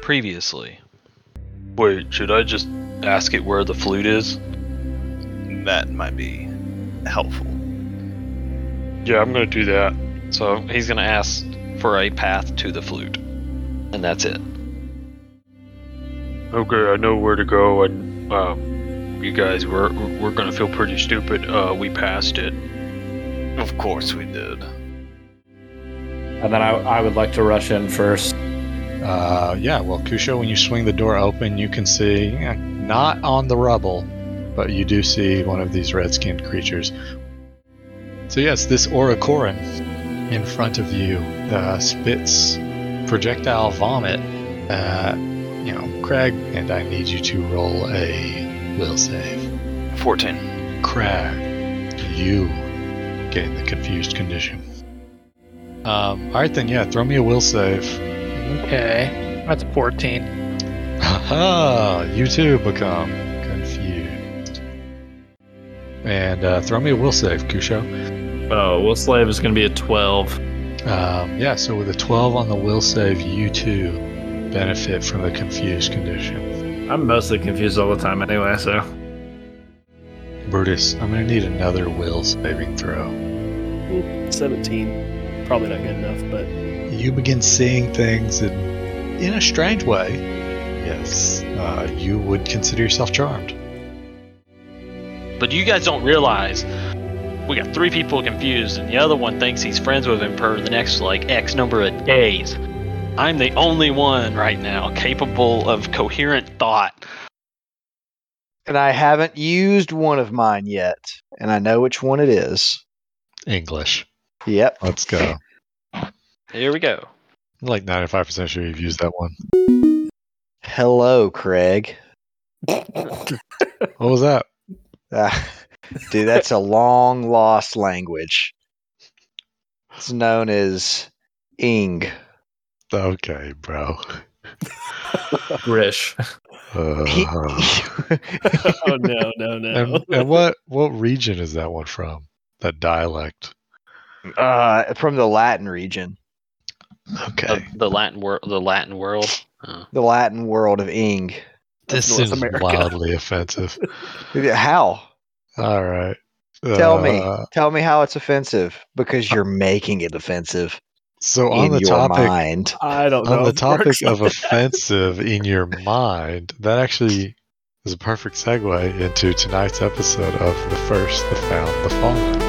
previously. Wait, should I just ask it where the flute is? That might be helpful. Yeah, I'm gonna do that. So he's gonna ask for a path to the flute, and that's it. Okay, I know where to go, and um, you guys, we're we're gonna feel pretty stupid. Uh, we passed it. Of course we did. And then I, I would like to rush in first. Uh, yeah, well, Kusho, when you swing the door open, you can see, eh, not on the rubble, but you do see one of these red skinned creatures. So, yes, this Orokoran in front of you uh, spits projectile vomit. Uh, you know, Craig, and I need you to roll a will save. 14. Craig, you get in the confused condition. Um, all right, then, yeah, throw me a will save. Okay. That's a 14. Haha, you too become confused. And uh, throw me a will save, Kusho. Oh, Will Slave is going to be a 12. Um, yeah, so with a 12 on the will save, you too benefit from the confused condition. I'm mostly confused all the time anyway, so. Brutus, I'm going to need another will saving throw. 17. Probably not good enough, but you begin seeing things in, in a strange way. Yes, uh, you would consider yourself charmed. But you guys don't realize we got three people confused, and the other one thinks he's friends with him for the next like X number of days. I'm the only one right now capable of coherent thought. And I haven't used one of mine yet, and I know which one it is. English. Yep. Let's go. I'm Here we go. like 95% sure you've used that one. Hello, Craig. What was that? Ah, dude, that's a long lost language. It's known as Ing. Okay, bro. Grish. Uh, oh no, no, no. and, and what what region is that one from? That dialect. uh, from the Latin region, Of Okay. the Latin world, the Latin world. Oh. the Latin world of Ing. This North is America. wildly offensive. How? All right. Tell me. Uh, Tell me how it's offensive because you're making it offensive So on in the your topic mind. I don't know. on the if it works topic of like offensive in your mind, that actually is a perfect segue into tonight's episode of The First, The Found, The Fallen.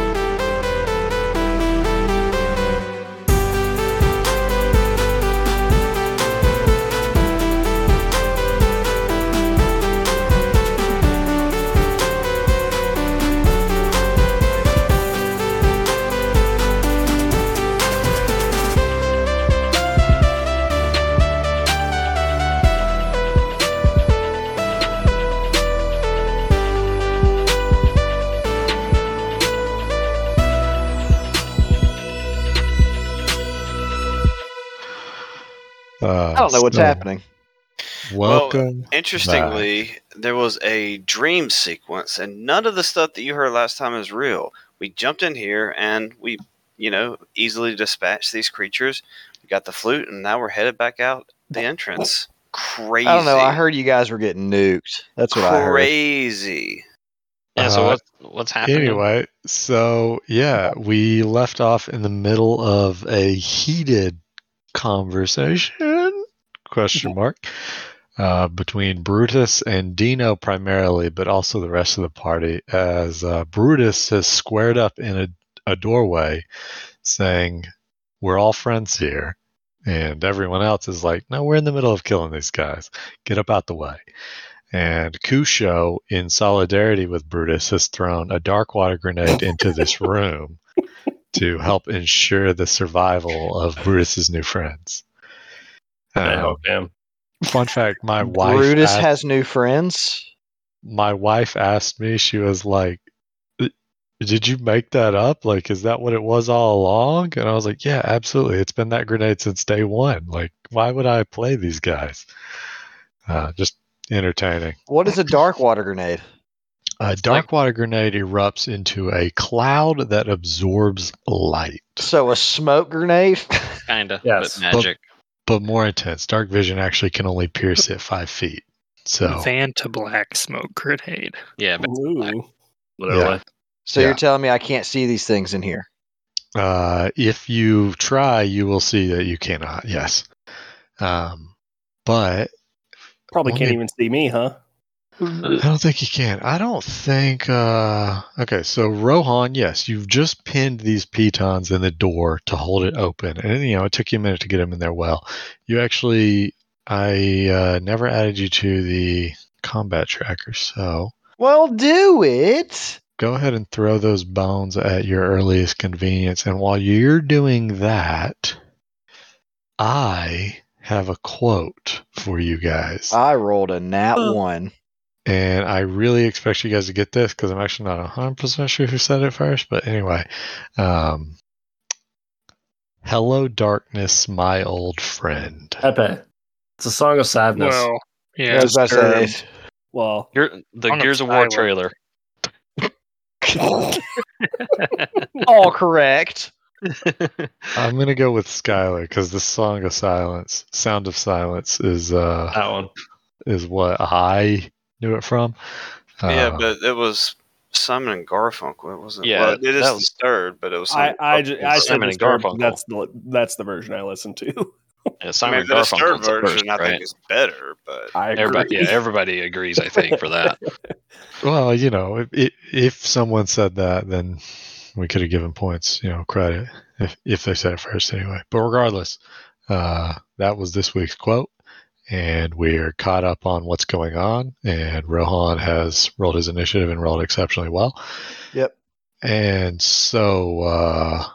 Uh, I don't know what's so happening. Welcome. Interestingly, there was a dream sequence, and none of the stuff that you heard last time is real. We jumped in here and we, you know, easily dispatched these creatures. We got the flute, and now we're headed back out the entrance. Crazy. I don't know. I heard you guys were getting nuked. That's what I heard. Crazy. Yeah. Uh, So what's what's happening? Anyway, so yeah, we left off in the middle of a heated conversation question mark uh, between Brutus and Dino primarily, but also the rest of the party, as uh, Brutus has squared up in a, a doorway, saying, "We're all friends here," and everyone else is like, "No, we're in the middle of killing these guys. Get up out the way." And Kusho, in solidarity with Brutus, has thrown a dark water grenade into this room to help ensure the survival of Brutus's new friends. I Um, hope him. fun fact: my wife, Brutus asked, has new friends. my wife asked me. She was like, "Did you make that up? Like, is that what it was all along?" And I was like, "Yeah, absolutely. It's been that grenade since day one. Like, why would I play these guys?" Uh, just entertaining. What is a dark water grenade? A dark water grenade erupts into a cloud that absorbs light. So a smoke grenade? Kinda. Yes. But magic. but more intense. Dark vision actually can only pierce it five feet. So Van to black smoke grenade. Yeah, but Ooh. Literally. So Yeah. you're telling me I can't see these things in here? Uh, if you try, you will see that you cannot. Yes. Um, but Probably Well, can't it- even see me, huh? I don't think you can. I don't think. Uh, okay, so Rohan, yes, you've just pinned these pitons in the door to hold it open, and you know it took you a minute to get them in there. Well, you actually, I uh, never added you to the combat tracker, so Well, do it. go ahead and throw those bones at your earliest convenience. And while you're doing that, I have a quote for you guys. I rolled a nat Uh. one. And I really expect you guys to get this because I'm actually not 100% sure who said it first. But anyway, um, hello, darkness, my old friend. Pepe. It's a song of sadness. Well, I yeah. was about to say sure. this. Well, you're, the On a Gears of War silent- trailer. All correct. I'm going to go with Skylar because the song of silence, sound of silence is uh, that one. is what I knew it from. yeah, Uh-huh. Uh, but it was Simon and Garfunkel. It wasn't. Yeah, well, it is that the was- third, but it was. I Simon I, and ju- Garfunkel. I said Simon this and verb- Garfunkel. That's the that's the version I listened to. Yeah, I Simon mean, the third Garfunkel's the version first, I right? think is better, but I agree. Everybody, yeah, everybody agrees, I think, for that. well, you know, if, if if someone said that, then we could have given points, you know, credit if if they said it first anyway. But regardless, uh, that was this week's quote, and we're caught up on what's going on. And Rohan has rolled his initiative and rolled exceptionally well. Yep. And so uh,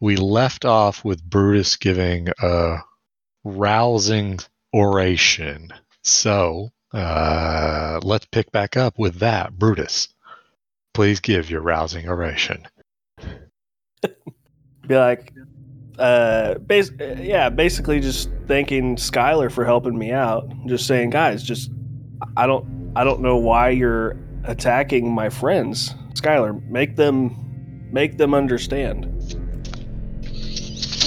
we left off with Brutus giving a rousing oration. So uh, let's pick back up with that, Brutus. Please give your rousing oration. be like, uh, bas- uh, yeah, basically just thanking Skylar for helping me out. Just saying, guys, just I don't I don't know why you're attacking my friends. Skylar, make them make them understand.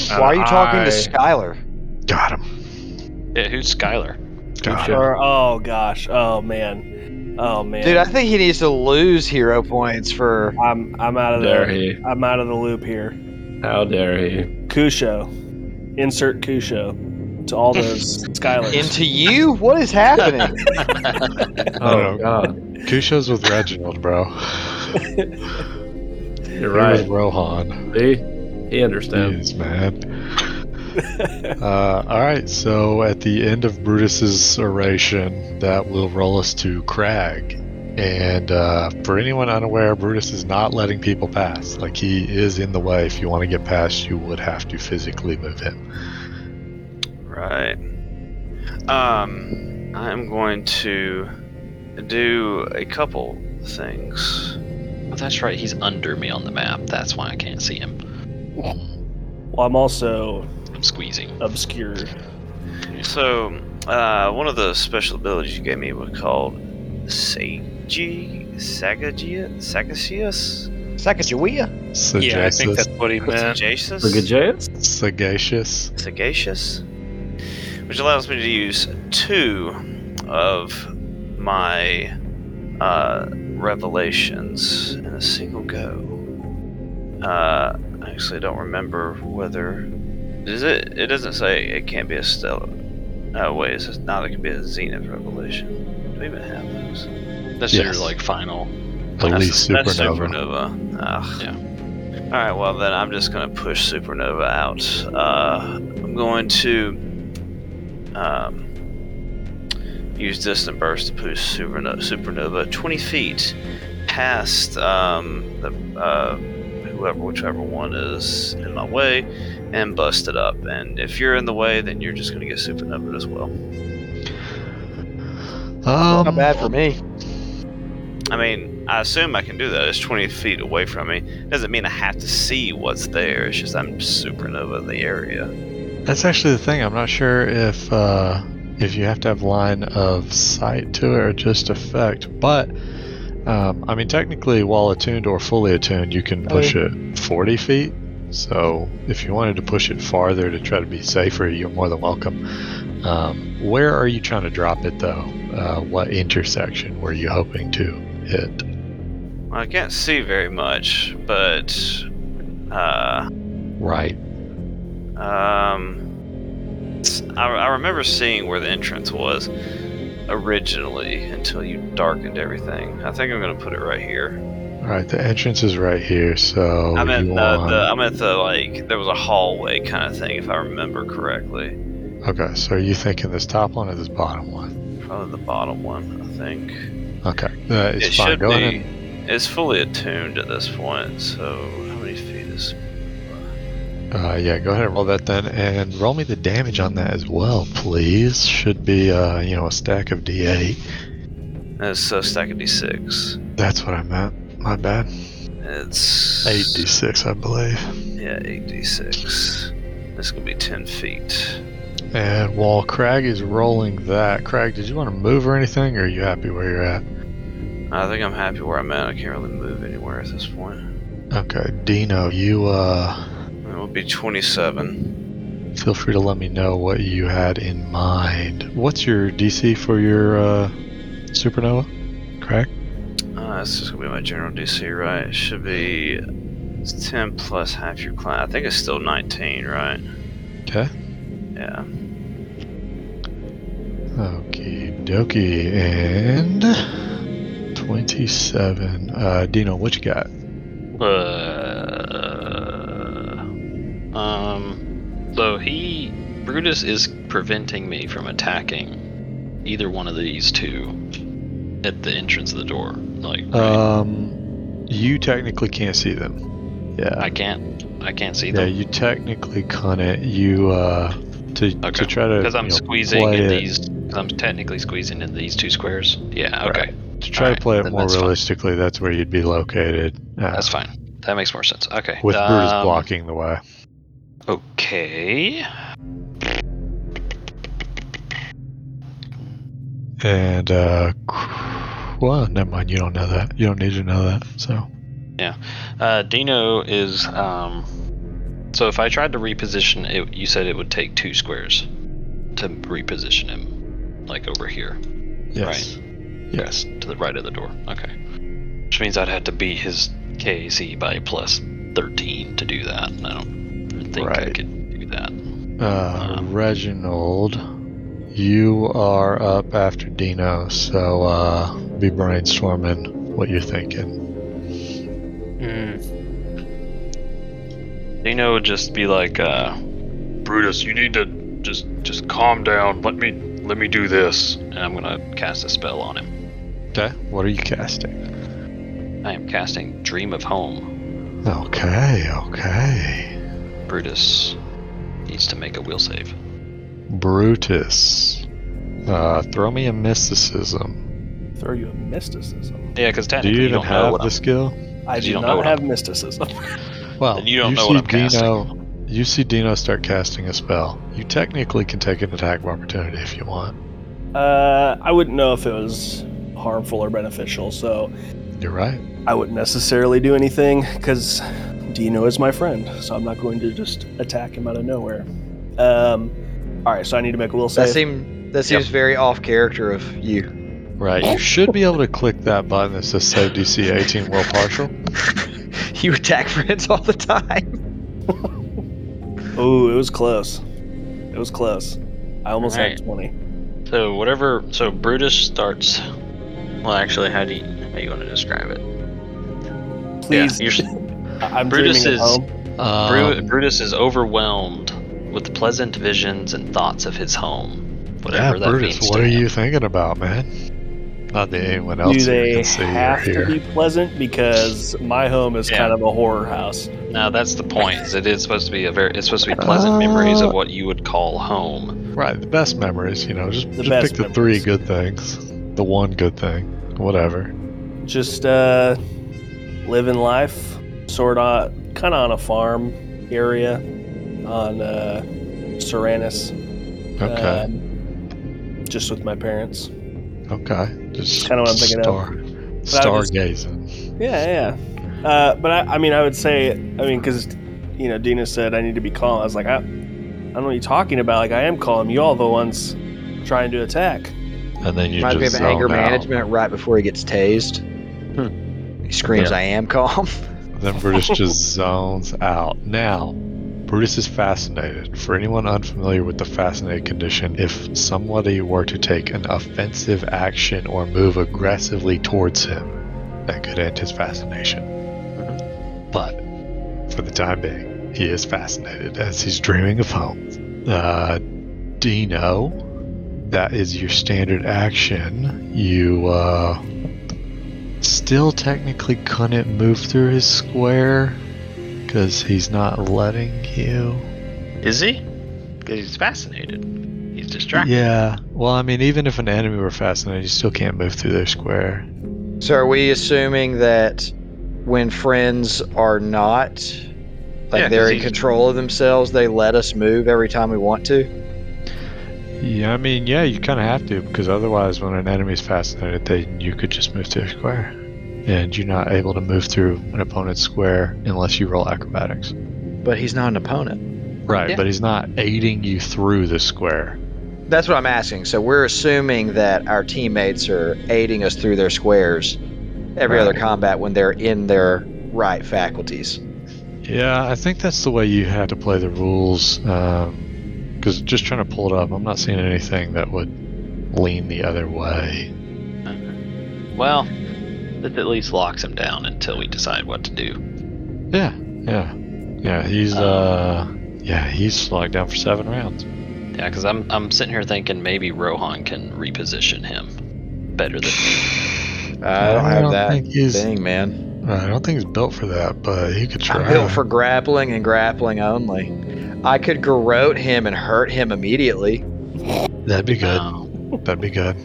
Why are you talking I- to Skylar? Got him. Yeah, who's Skylar? Got him. Or, oh gosh, oh man, oh man, Dude, I think he needs to lose hero points for. I'm I'm out How of dare there. he? I'm out of the loop here. How dare he? Kusho, insert Kusho to all those Skylars. Into you? What is happening? Oh, Oh, God. Two shows with Reginald, bro. You're Here with right. Rohan. See? He understands. Jeez, man. Uh, all right, so at the end of Brutus's oration, that will roll us to Crag. And uh, for anyone unaware, Brutus is not letting people pass. Like he is in the way. If you want to get past, you would have to physically move him. Right. Um, I'm going to do a couple things. Oh, that's right. He's under me on the map. That's why I can't see him. Well, I'm also I'm squeezing. obscured. So, uh, one of the special abilities you gave me was called Sagi Sagagia Sagacius Sacagawea? Sagacious. Yeah, I think that's what he meant. Sagacious Sagajaeus? Sagacious. Sagacious, which allows me to use two of my uh, revelations in a single go. Uh, I actually don't remember whether. Does it? It doesn't say it can't be a stellar. Oh wait, it says now it can be a zenith revelation. Do we even have those? That's Yes. your like final. Elise that's, Supernova. supernova. Ugh. Yeah. All right. Well, then I'm just gonna push supernova out. Uh, I'm going to um, use distant burst to push supernova, supernova 20 feet past um, the uh, whoever, whichever one is in my way, and bust it up. And if you're in the way, then you're just gonna get supernova as well. Um, Not bad for me. I mean, I assume I can do that. It's 20 feet away from me. Doesn't mean I have to see what's there. It's just I'm supernova in the area. That's actually the thing. I'm not sure if uh, if you have to have line of sight to it or just effect. But um, I mean, technically, while attuned or fully attuned, you can push it 40 feet. So if you wanted to push it farther to try to be safer, you're more than welcome. Um, where are you trying to drop it though? Uh, what intersection were you hoping to hit? Well, I can't see very much, but uh, Right. um, s- I, I remember seeing where the entrance was originally until you darkened everything. I think I'm gonna put it right here. All right. The entrance is right here. So I'm at you the, want- the I'm at the like there was a hallway kind of thing if I remember correctly. okay. So are you thinking this top one or this bottom one? Probably the bottom one, I think. Okay. Uh, it's it fine. should Go be. ahead and- It's fully attuned at this point. So how many feet is? Uh, yeah, go ahead and roll that then, and roll me the damage on that as well, please. Should be, uh, you know, a stack of D8. It's a stack of d6. That's what I meant. My bad. It's 8d6, I believe. Yeah, eight d6. This gonna be ten feet. And while Crag is rolling that, Crag, did you want to move or anything, or are you happy where you're at? I think I'm happy where I'm at. I can't really move anywhere at this point. Okay, Dino, you uh, It will be 27. feel free to let me know what you had in mind. What's your DC for your uh, supernova? Crag? Uh, it's just gonna be my general DC, right? It should be it's 10 plus half your class. I think it's still 19, right? Okay. Yeah. Okie dokie, and 27. Uh, Dino, what you got? Uh, um, so he Brutus is preventing me from attacking either one of these two at the entrance of the door. Like Uh, right? Um, you technically can't see them. Yeah. I can't, I can't see Yeah, them you technically couldn't. You, uh, to, to Okay, try to. because I'm you know, squeezing play in it- these. Cause I'm technically squeezing in these two squares. Yeah. Okay, To try to Alright, play it then more that's fine. realistically, that's where you'd be located. Uh, that's fine. That makes more sense. Okay. With Brutus um, blocking the way. Okay. And, uh, cr- well, never mind. You don't know that. You don't need to know that. So, Uh, Dino is um. So if I tried to reposition it, you said it would take two squares to reposition him, like over here yes. Yes. to the right of the door. Okay. Which means I'd have to beat his KAC by plus thirteen to do that. and I don't think I Right. could do that. Uh, Um, Reginald, you are up after Dino, so uh, be brainstorming what you're thinking. Mm, Dino would just be like, uh, Brutus, you need to just just calm down. Let me let me do this, and I'm gonna cast a spell on him. Okay. What are you casting? I am casting Dream of Home. Okay, okay. Brutus needs to make a will save. Brutus, uh, throw me a mysticism. Throw you a mysticism. Yeah, because Do technically you you, even don't know have what the I'm skill? I You do don't know not what have mysticism. Well, Then you don't know what I'm casting. Dino, You see Dino start casting a spell. You technically can take an attack of opportunity if you want. Uh, I wouldn't know if it was harmful or beneficial, so You're right. I wouldn't necessarily do anything because Dino is my friend, so I'm not going to just attack him out of nowhere. Um, all right, so I need to make a will That save. seem that seems very off character of you. Right. You should be able to click that button that says save DC 18 will partial. You attack friends all the time. Ooh, it was close. It was close. I almost Alright. had 20. So whatever. So Brutus starts. Well, actually, how do you how you want to describe it? Please, Yeah, you're- I- I'm Brutus dreaming at is- home. Bru- Um, Brutus is overwhelmed with pleasant visions and thoughts of his home. Whatever that Brutus, means. what to are him. you thinking about, man? Not that anyone else Do here they can see or have to hear. be pleasant? Because my home is Yeah. kind of a horror house. No, that's the point. Is it is supposed to be a very. It's supposed to be pleasant memories Uh, of what you would call home. Right, the best memories, you know, just, The just best pick the three memories. good things, the one good thing, whatever. Just uh, living life, sort of, kind of on a farm area on uh, Serenus. Okay, um, just with my parents. okay, just kinda what I'm thinking of. of. But I was- Stargazing. Yeah, yeah. yeah. Uh, but I, I mean, I would say, I mean, because you know, Dina said I need to be calm. I was like, I, I don't know what you're talking about. Like, I am calm. You all the ones trying to attack. And then you Reminds me just of anger zone out. Hmm. management right before he gets tased. He screams, "I am calm." Then Brutus just zones out. Now, Brutus is fascinated. For anyone unfamiliar with the fascinated condition, if somebody were to take an offensive action or move aggressively towards him, that could end his fascination. But for the time being, he is fascinated as he's dreaming of home. Uh, Dino, that is your standard action. You uh, still technically couldn't move through his square because he's not letting you. Is he? Because he's fascinated. He's distracted. Yeah. Well, I mean, even if an enemy were fascinated, you still can't move through their square. So are we assuming that when friends are not like Yeah, 'cause they're in he's- control of themselves, they let us move every time we want to? Yeah, I mean, yeah, you kind of have to because otherwise, when an enemy's fascinated, they you could just move to their square, and you're not able to move through an opponent's square unless you roll acrobatics. But he's not an opponent. Right, but he's not aiding you through the square. That's what I'm asking. So we're assuming that our teammates are aiding us through their squares every other Right. combat when they're in their right faculties. Yeah, I think that's the way you had to play the rules. Because just trying to pull it up, I'm not seeing anything that would lean the other way. Well, this at least locks him down until we decide what to do. Yeah, yeah, yeah. Um, He's uh, yeah, he's locked down for seven rounds. Yeah, because I'm I'm sitting here thinking maybe Rohan can reposition him better than I don't I have don't that think he's- thing, man. I don't think he's built for that, but he could try. I'm built for grappling and grappling only. I could garrote him and hurt him immediately. That'd be good. No. That'd be good.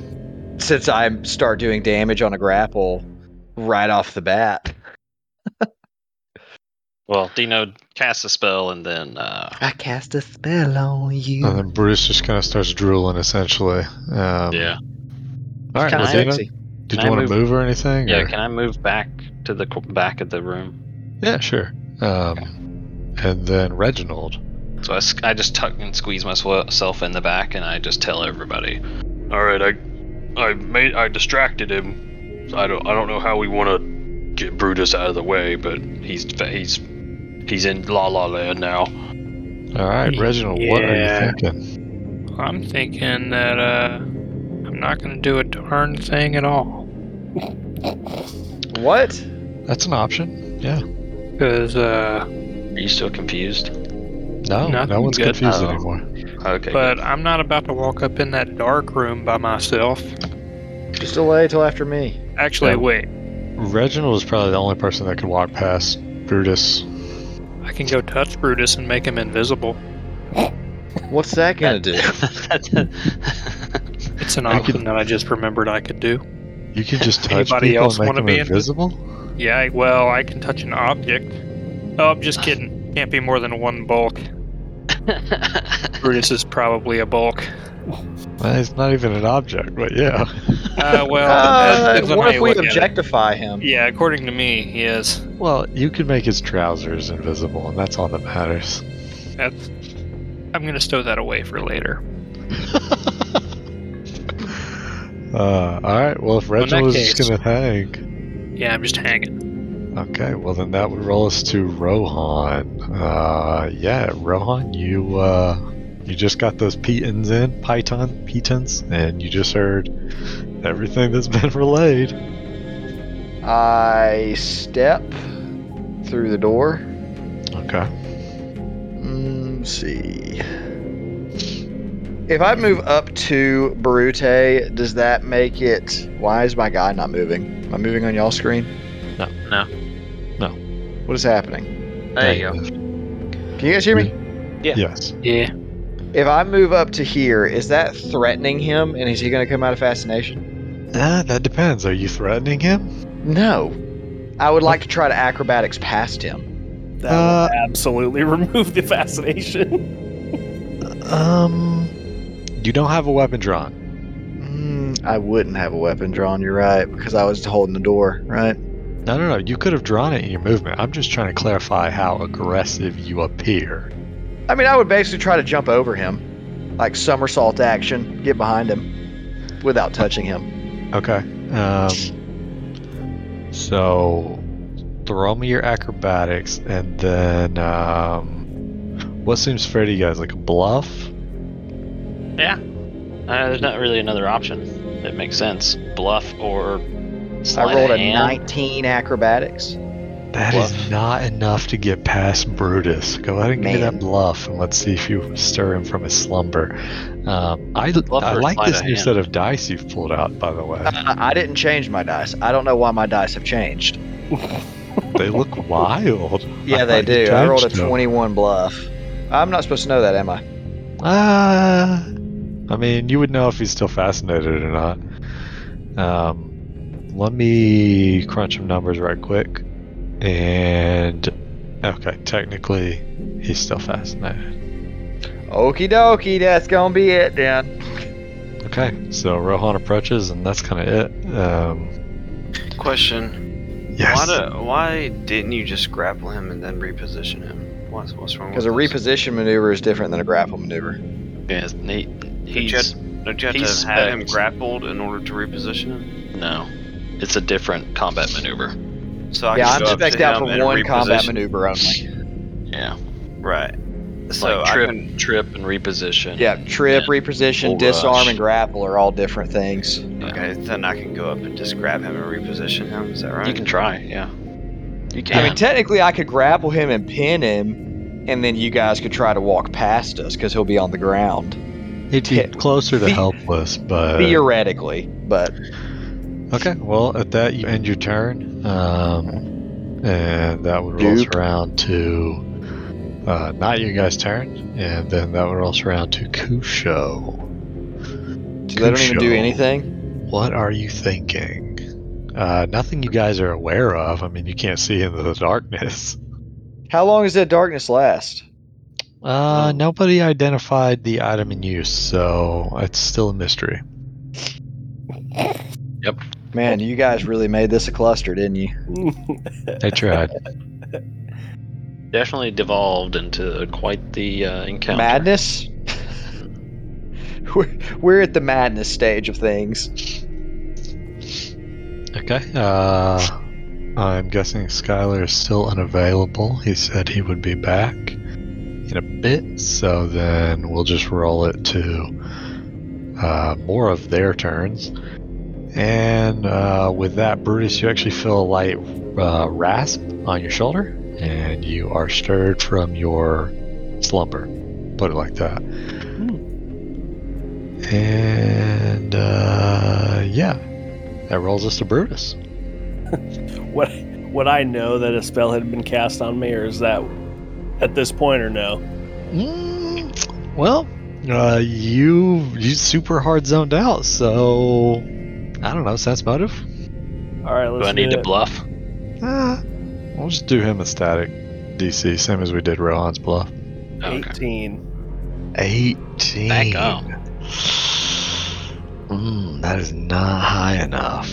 since I start doing damage on a grapple right off the bat. Well, Dino casts a spell and then uh, I cast a spell on you. And then Bruce just kind of starts drooling, essentially. Um, yeah, All right, Can well, I- Dina, Sexy. did can you I want move- to move or anything? yeah. or- Can I move back to the qu- back of the room? yeah, sure. Um, and then Reginald. So I, s- I just tuck and squeeze myself in the back and I just tell everybody, All right, I, I made, I distracted him. I don't, I don't know how we want to get Brutus out of the way, but he's, fa- he's, he's in La La Land now. All right, Reginald, what are you Yeah. thinking? I'm thinking that uh, I'm not gonna do a darn thing at all What? That's an option. Yeah. because uh, "Are you still confused?" No, no Nothing one's good. confused Oh. anymore. Okay. but I'm not about to walk up in that dark room by myself. Just delay till after me. Actually, Yeah. wait, Reginald is probably the only person that could walk past Brutus. I can go touch Brutus and make him invisible. What's that gonna do? It's an I could- option that I just remembered I could do. You can just touch Anybody people else and make wanna them be in- invisible. Yeah, I- well, I can touch an object. Oh, I'm just kidding. Can't be more than one bulk. Brutus is probably a bulk. Well, it's not even an object, but yeah. Uh, well, that Uh, depends on how what if you we look at it. objectify him? Yeah, according to me, he is. Well, you can make his trousers invisible, and that's all that matters. That's. I'm gonna stow that away for later. Uh, all right. Well, if in that Reginald is just case- gonna hang, Yeah, I'm just hanging. Okay, well then that would roll us to Rohan. Uh, yeah, Rohan, you uh, you just got those pitons in, python pitons, and you just heard everything that's been relayed. I step through the door. Okay. Mm, let's see. If I move up to Brute, does that make it? Why is my guy not moving? Am I moving on y'all screen? No. No. No. What is happening? there you go. Can you guys hear me? Yeah. Yes. Yeah. If I move up to here, is that threatening him and is he going to come out of fascination? Ah, that depends. Are you threatening him? No. I would like to try to acrobatics past him. That Uh, would absolutely remove the fascination. Um, you don't have a weapon drawn. Mm, I wouldn't have a weapon drawn, you're right, because I was holding the door, right? No, no, no. You could have drawn it in your movement. I'm just trying to clarify how aggressive you appear. I mean, I would basically try to jump over him, like somersault action, get behind him without touching him. Okay. Um, so throw me your acrobatics, and then um, what seems fair to you guys? Like a bluff? Uh, there's not really another option that makes sense. Bluff or I sleight rolled of a hand. 19 acrobatics. That is Bluff. not enough to get past Brutus. Go ahead and give me Man. that bluff, and let's see if you stir him from his slumber. Um, I, I or like sleight this of new hand? set of dice you've pulled out, by the way. I, I didn't change my dice. I don't know why my dice have changed. they look wild. Yeah, I they thought you do. I rolled a changed them. 21 bluff. I'm not supposed to know that, am I? Ah, I mean, you would know if he's still fascinated or not. Um, let me crunch some numbers right quick. And okay, technically, he's still fascinated. Okie dokie, that's gonna be it then. Okay, so Rohan approaches, and that's kind of it. Um, Question: yes. Why, do, why didn't you just grapple him and then reposition him? What's what's wrong? Because a with this? reposition maneuver is different than a grapple maneuver. Yes, Nate. Don't you He's have, don't you have to he's have him specced. grappled in order to reposition no. It's a different combat maneuver. him? So I yeah, can I'm go up to specced out him for and one combat reposition- maneuver only. Yeah. Right. So like I trip, can trip, and reposition. Yeah, trip, reposition, Full disarm, rush. and grapple are all different things. Okay, then I can go up and just grab him and reposition him. Is that right? You can try. Yeah. You can. I mean, technically, I could grapple him and pin him, and then you guys could try to walk past us because he'll be on the ground. He'd be Yeah. closer to The- helpless, but Theoretically, but okay. Well, at that you end your turn, um, and that would roll us Dupe. around to uh, not your guys' turn, and then that would roll us around to Kusho. they don't even do Kusho, anything. What are you thinking? Uh, nothing you guys are aware of. I mean, you can't see into the darkness. How long does that darkness last? Uh, nobody identified the item in use, so it's still a mystery. Man, you guys really made this a cluster, didn't you? They tried. definitely devolved into quite the uh, encounter. Madness? we're, we're at the madness stage of things. Okay. Uh, I'm guessing Skylar is still unavailable. He said he would be back in a bit, so then we'll just roll it to uh, more of their turns. And uh, with that, Brutus, you actually feel a light uh, rasp on your shoulder, and you are stirred from your slumber. Put it like that. And uh, yeah, that rolls us to Brutus. What would I know that a spell had been cast on me, or is that at this point, or no? Mm, well, uh, you you super hard zoned out, so I don't know. Sense motive? All right, Do let's I need do to it. bluff? Ah, we'll just do him a static DC, same as we did Rohan's bluff. Okay. Eighteen. Eighteen. Back up. Mm, that is not high enough.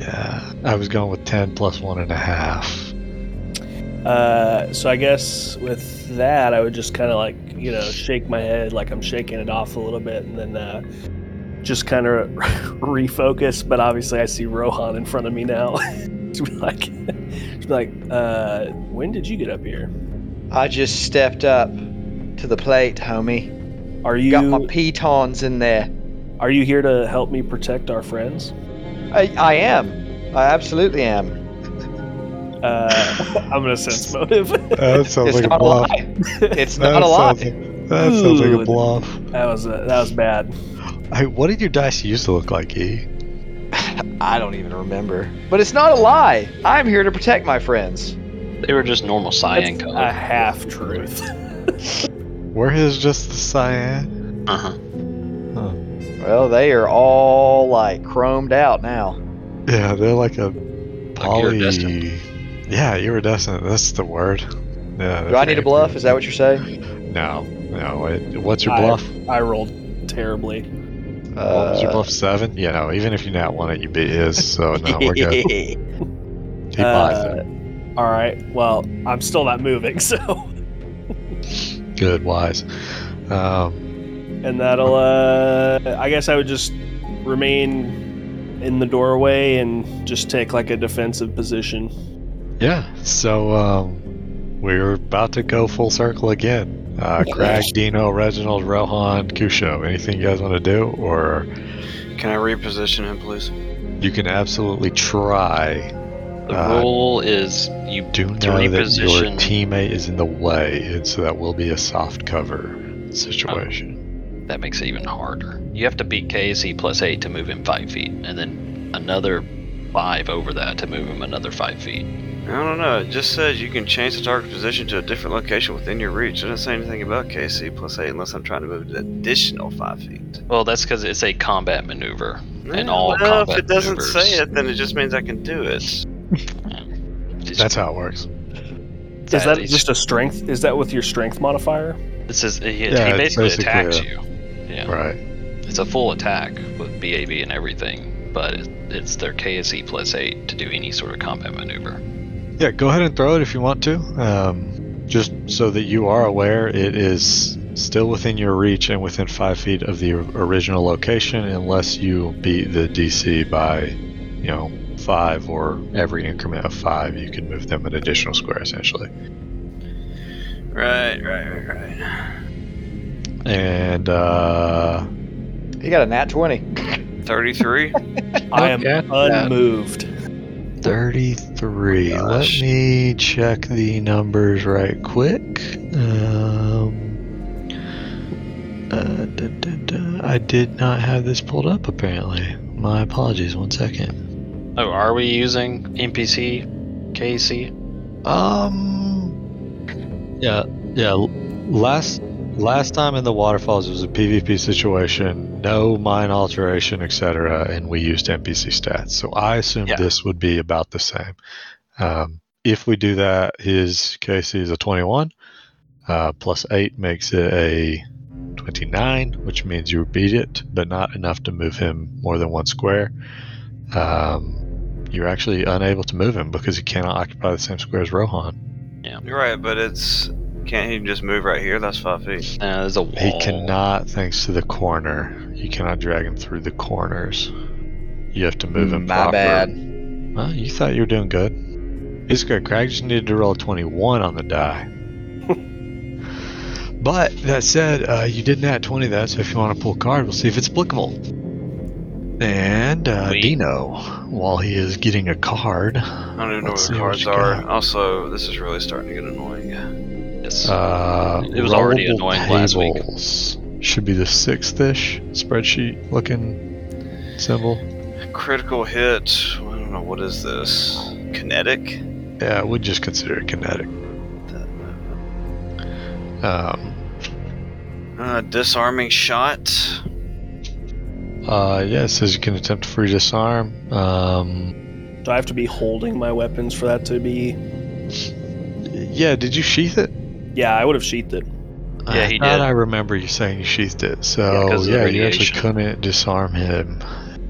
Yeah, I was going with ten plus one and a half. Uh, so I guess with that, I would just kind of like you know shake my head, like I'm shaking it off a little bit, and then uh, just kind of refocus. But obviously, I see Rohan in front of me now. to be like, to be like, uh, when did you get up here? I just stepped up to the plate, homie. Are you Got my pitons in there. are you here to help me protect our friends? I, I am. I absolutely am. Uh, I'm gonna sense motive. That sounds it's like a not a bluff. lie. It's not a sounds, lie. like, that sounds like Ooh. a bluff. that was uh, that was bad. Hey, what did your dice used to look like, E? I don't even remember. But it's not a lie. I'm here to protect my friends. They were just normal cyan That's color. a half truth. Where is just the cyan? Uh-huh. Well, they are all like chromed out now. Yeah, they're like a poly. iridescent. yeah, iridescent. That's the word. Yeah. Do I need a bluff? Is that what you're saying? No, no. It, what's your I- bluff? I rolled terribly. What was your Uh, bluff seven? You know, even if you not want it, you beat his. So no, we're good. He buys Uh, all right. Well, I'm still not moving, so it. Good, wise. Um, and that'll. uh I guess I would just remain in the doorway and just take like a defensive position. yeah. So um, we're about to go full circle again. Uh, Craig, Dino, Reginald, Rohan, Kusho. Anything you guys want to do, or Can I reposition him, please? you can absolutely try. The Uh, rule is you Do to know that your reposition. teammate is in the way, and so that will be a soft cover situation. That makes it even harder. You have to beat KC plus eight to move him five feet, and then another five over that to move him another five feet. I don't know. It just says you can change the target position to a different location within your reach. It doesn't say anything about KC plus eight unless I'm trying to move an additional five feet. Well, that's because it's a combat maneuver. And Yeah, all well, if combat it doesn't maneuvers. say it, then it just means I can do it. Just- That's how it works. Is that that is- just a strength? Is that with your strength modifier? This is he, he Yeah, it's basically, basically attacks a- you. Yeah, Right. it's a full attack with BAB and everything, but it, it's their KSE plus eight to do any sort of combat maneuver. Yeah, go ahead and throw it if you want to. Um, just so that you are aware, it is still within your reach and within five feet of the original location, unless you beat the DC by, you know, five or every increment of five, you can move them an additional square essentially. Right, right, right, right. And uh, He got a nat 20. 33? I am Okay. unmoved. 33. Gosh. Let me check the numbers right quick. Um, uh, da, da, da. I did not have this pulled up apparently. My apologies. One second. Oh, are we using NPC KC? Um. Yeah, yeah. l- Last last time in the waterfalls it was a PvP situation, no mine alteration, etc., and we used NPC stats. So I assume Yeah. this would be about the same. Um, if we do that, his KC is a 21. Uh, plus 8 makes it a 29, which means you beat it, but not enough to move him more than one square. Um, you're actually unable to move him because he cannot occupy the same square as Rohan. You're right, but it's. Can't he just move right here? That's five feet. Uh, there's a wall. He cannot, thanks to the corner. You cannot drag him through the corners. You have to move him Mm, My proper. bad. Well, you thought you were doing good. It's good. Craig just needed to roll a 21 on the die. but that said, uh, you did nat 20 that, so if you want to pull a card, we'll see if it's applicable. And uh, Sweet. Dino, while he is getting a card, I don't even know Let's what see the what cards you are. got. Also, this is really starting to get annoying. Yes. uh, It was already rollable annoying last week. tables. Should be the sixth ish spreadsheet looking symbol. Critical hit. I don't know. What is this? Kinetic? Yeah, we would just consider it kinetic. Um, Uh, disarming shot. Uh, yeah, it says you can attempt to free disarm. Um, Do I have to be holding my weapons for that to be? yeah, did you sheath it? Yeah, I would have sheathed it. Yeah, I he thought did. I remember you saying you sheathed it. Yeah, So 'cause of the yeah, you actually radiation. couldn't disarm him.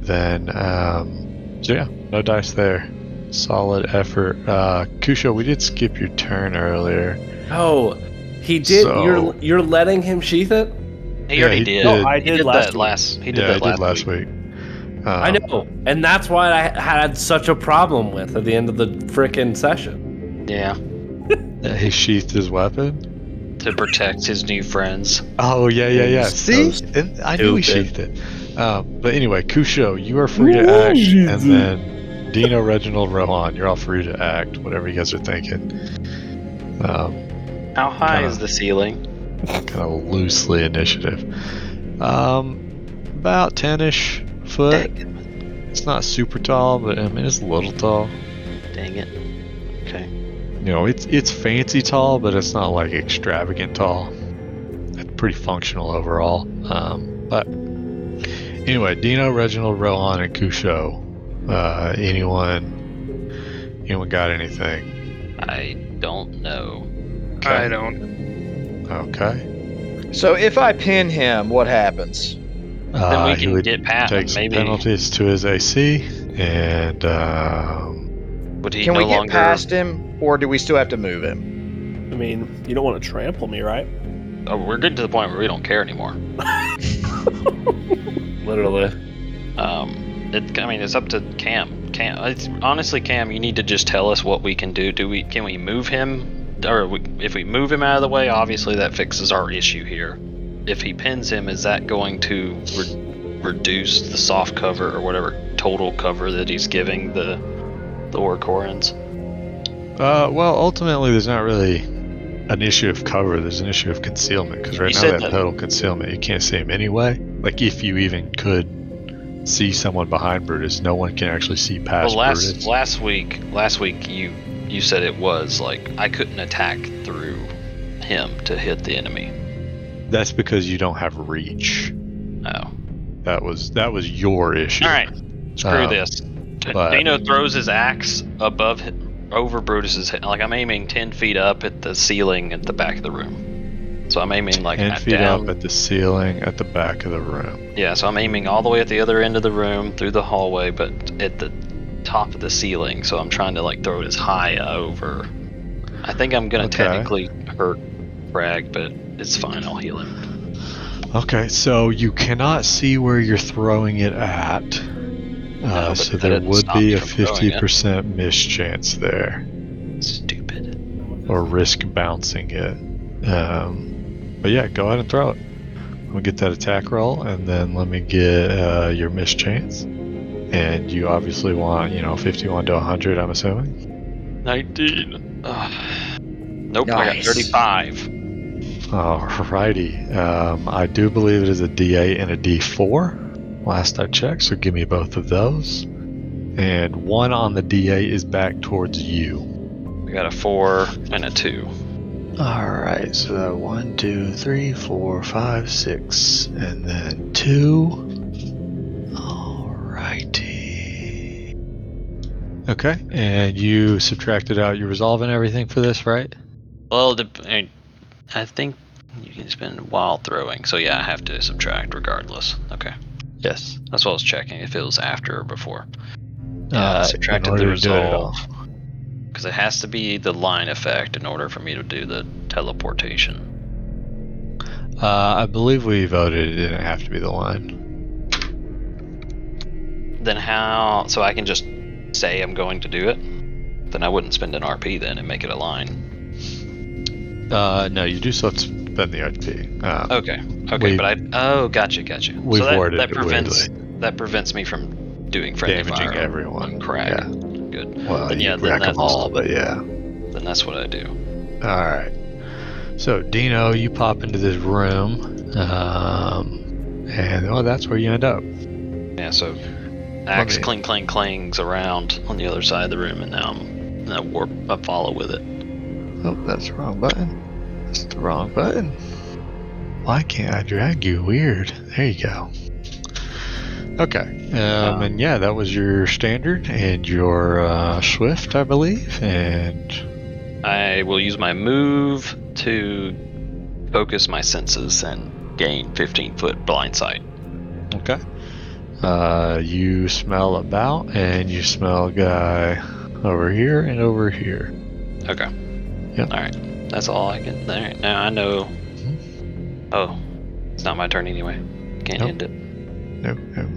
Then, um, so yeah, no dice there. Solid effort. Uh, Kusho, we did skip your turn earlier. Oh, he did. So- You're you're letting him sheath it. he yeah, already he did. did. No, I He did did last that week. last. He did yeah, that I last, did last week. week. I Um, know, and that's why I had such a problem with at the end of the frickin' session. Yeah, that He sheathed his weapon. to protect his new friends. Oh yeah, yeah, yeah. He's See, so and I knew he stupid. sheathed it. Um, but anyway, Kusho, you are free to act, and then Dino, Reginald, Rohan, you're all free to act. Whatever you guys are thinking. Um, How high Kinda. is the ceiling? kind of loosely initiative. Um, about ten-ish foot. It's not super tall, but I mean it's a little tall. Dang it. Okay. You know, it's it's fancy tall, but it's not like extravagant tall. It's pretty functional overall. Um, but anyway, Dino, Reginald, Rohan, and Kusho. Uh, anyone, anyone got anything? I don't know. I don't. Okay. So if I pin him, what happens? Uh, then we he can would get past take him, some maybe. penalties to his AC, and um, Would he Can no we get longer? past him, or do we still have to move him? I mean, you don't want to trample me, right? Oh, we're getting to the point where we don't care anymore. Literally. Um, it, I mean, it's up to Cam. Cam, it's, honestly, Cam, you need to just tell us what we can do. Do we can we move him, or we, if we move him out of the way, obviously that fixes our issue here. If he pins him, is that going to re- reduce the soft cover or whatever total cover that he's giving the the Orcorans? uh, well, ultimately, there's not really an issue of cover. There's an issue of concealment because right You now said that that- total concealment, you can't see him anyway. Like if you even could see someone behind Brutus, no one can actually see past Well, last Brutus. last week, last week you you said it was like I couldn't attack through him to hit the enemy. That's because you don't have reach. Oh. That was that was your issue. All right. Screw Um, this. T- but- Dino throws his axe above, hi- over Brutus's head. Like I'm aiming ten feet up at the ceiling at the back of the room. So I'm aiming like Ten at- feet down. up at the ceiling at the back of the room. yeah. So I'm aiming all the way at the other end of the room through the hallway, but at the top of the ceiling. So I'm trying to like throw it as high over. I think I'm gonna Okay. technically hurt Bragg, but it's fine. I'll heal him. Okay, so you cannot see where you're throwing it at. Uh, but so that there didn't would stop be you a from throwing it. 50% mischance there, Stupid. or risk bouncing it. Um, but yeah, go ahead and throw it. I'm gonna get that attack roll, and then let me get uh, your mischance. And you obviously want, you know, 51 to 100. I'm assuming. 19. Ugh. Nope, I got Nice. 35. Alrighty. Um, I do believe it is a D8 and a D4. Last I checked, so give me both of those. And one on the D8 is back towards you. I got a 4 and a 2. All right, so that one, two, three, four, five, six, and then two. Alrighty. Okay, and you subtracted out your resolve and everything for this, right? Well, the, I, I think you can spend while throwing, so yeah, I have to subtract regardless. Okay. Yes. That's what I was checking, if it was after or before. Uh, Uh, in subtracted the order to do it all. resolve. Because it has to be the line effect in order for me to do the teleportation. Uh, I believe we voted it didn't have to be the line. Then how. So I can just say I'm going to do it? Then I wouldn't spend an RP then and make it a line. Uh, no, you do still have to spend the RP. Um, Okay. Okay, We- but I. Oh, gotcha, gotcha. We've so that, worded that it prevents that prevents me from doing friendly damaging fire. everyone. Crack. Yeah. Good. Well, Then yeah, yeah, then wreck them that's- all, but yeah. Then that's what I do. All right. So Dino, you pop into this room, um, and oh, that's where you end up. Yeah, so axe me- cling clang clangs around on the other side of the room, and now I'm and I warp. I follow with it. Oh, that's the wrong button. That's the wrong button. Why can't I drag you? Weird. There you go. Okay. Um, and yeah, that was your standard and your uh, swift, I believe, and I will use my move to focus my senses and gain 15 foot blind sight. Okay. Uh, you smell about, and you smell a guy over here and over here. Okay. Yep. All right. That's all I can. All right. Now I know. Oh, it's not my turn anyway. Can't Mm-hmm. end Nope. it. Nope, nope,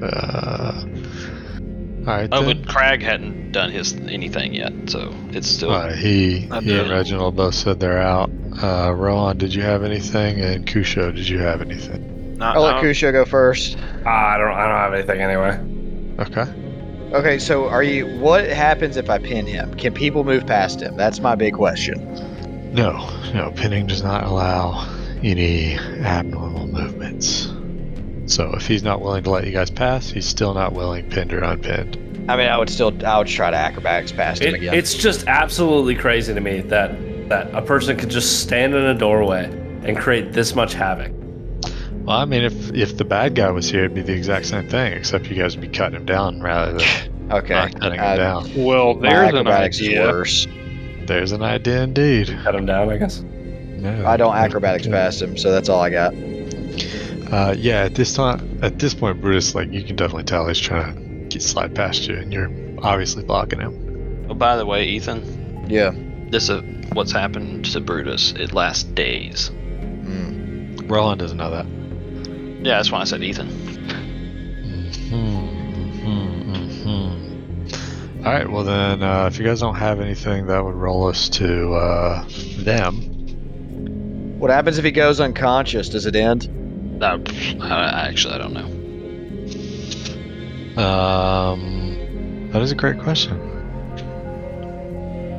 nope. Uh, all right. Oh, then. but Crag hadn't done his anything yet, so it's still. Uh, he, I'm he and done. Reginald both said they're out. Uh, Roland, did you have anything? And Kusho, did you have anything? Not, I'll let Kusho go first. Ah, I don't. I don't have anything anyway. Okay. Okay, so are you? What happens if I pin him? Can people move past him? That's my big question. No, no. Pinning does not allow any abnormal movements. So if he's not willing to let you guys pass, he's still not willing pinned or unpinned. I mean, I would still, I would try to acrobatics past him It, again. It's just absolutely crazy to me that that a person could just stand in a doorway and create this much havoc. Well, I mean, if if the bad guy was here, it'd be the exact same thing, except you guys would be cutting him down rather than okay, not cutting uh, him down. Well, my there's an acrobatics is idea. worse. There's an idea indeed. Cut him down, I guess. No, I don't acrobatics past him, so that's all I got. Uh, yeah, at this time, at this point, Brutus, like you can definitely tell he's trying to get slide past you, and you're obviously blocking him. Oh, by the way, Ethan, Yeah. this is what's happened to Brutus. It lasts days. Mm. Roland doesn't know that. Yeah, that's why I said Ethan. All right, well then, uh, if you guys don't have anything, that would roll us to uh, them. What happens if he goes unconscious? Does it end? Uh, I, actually, I don't know. Um, that is a great question.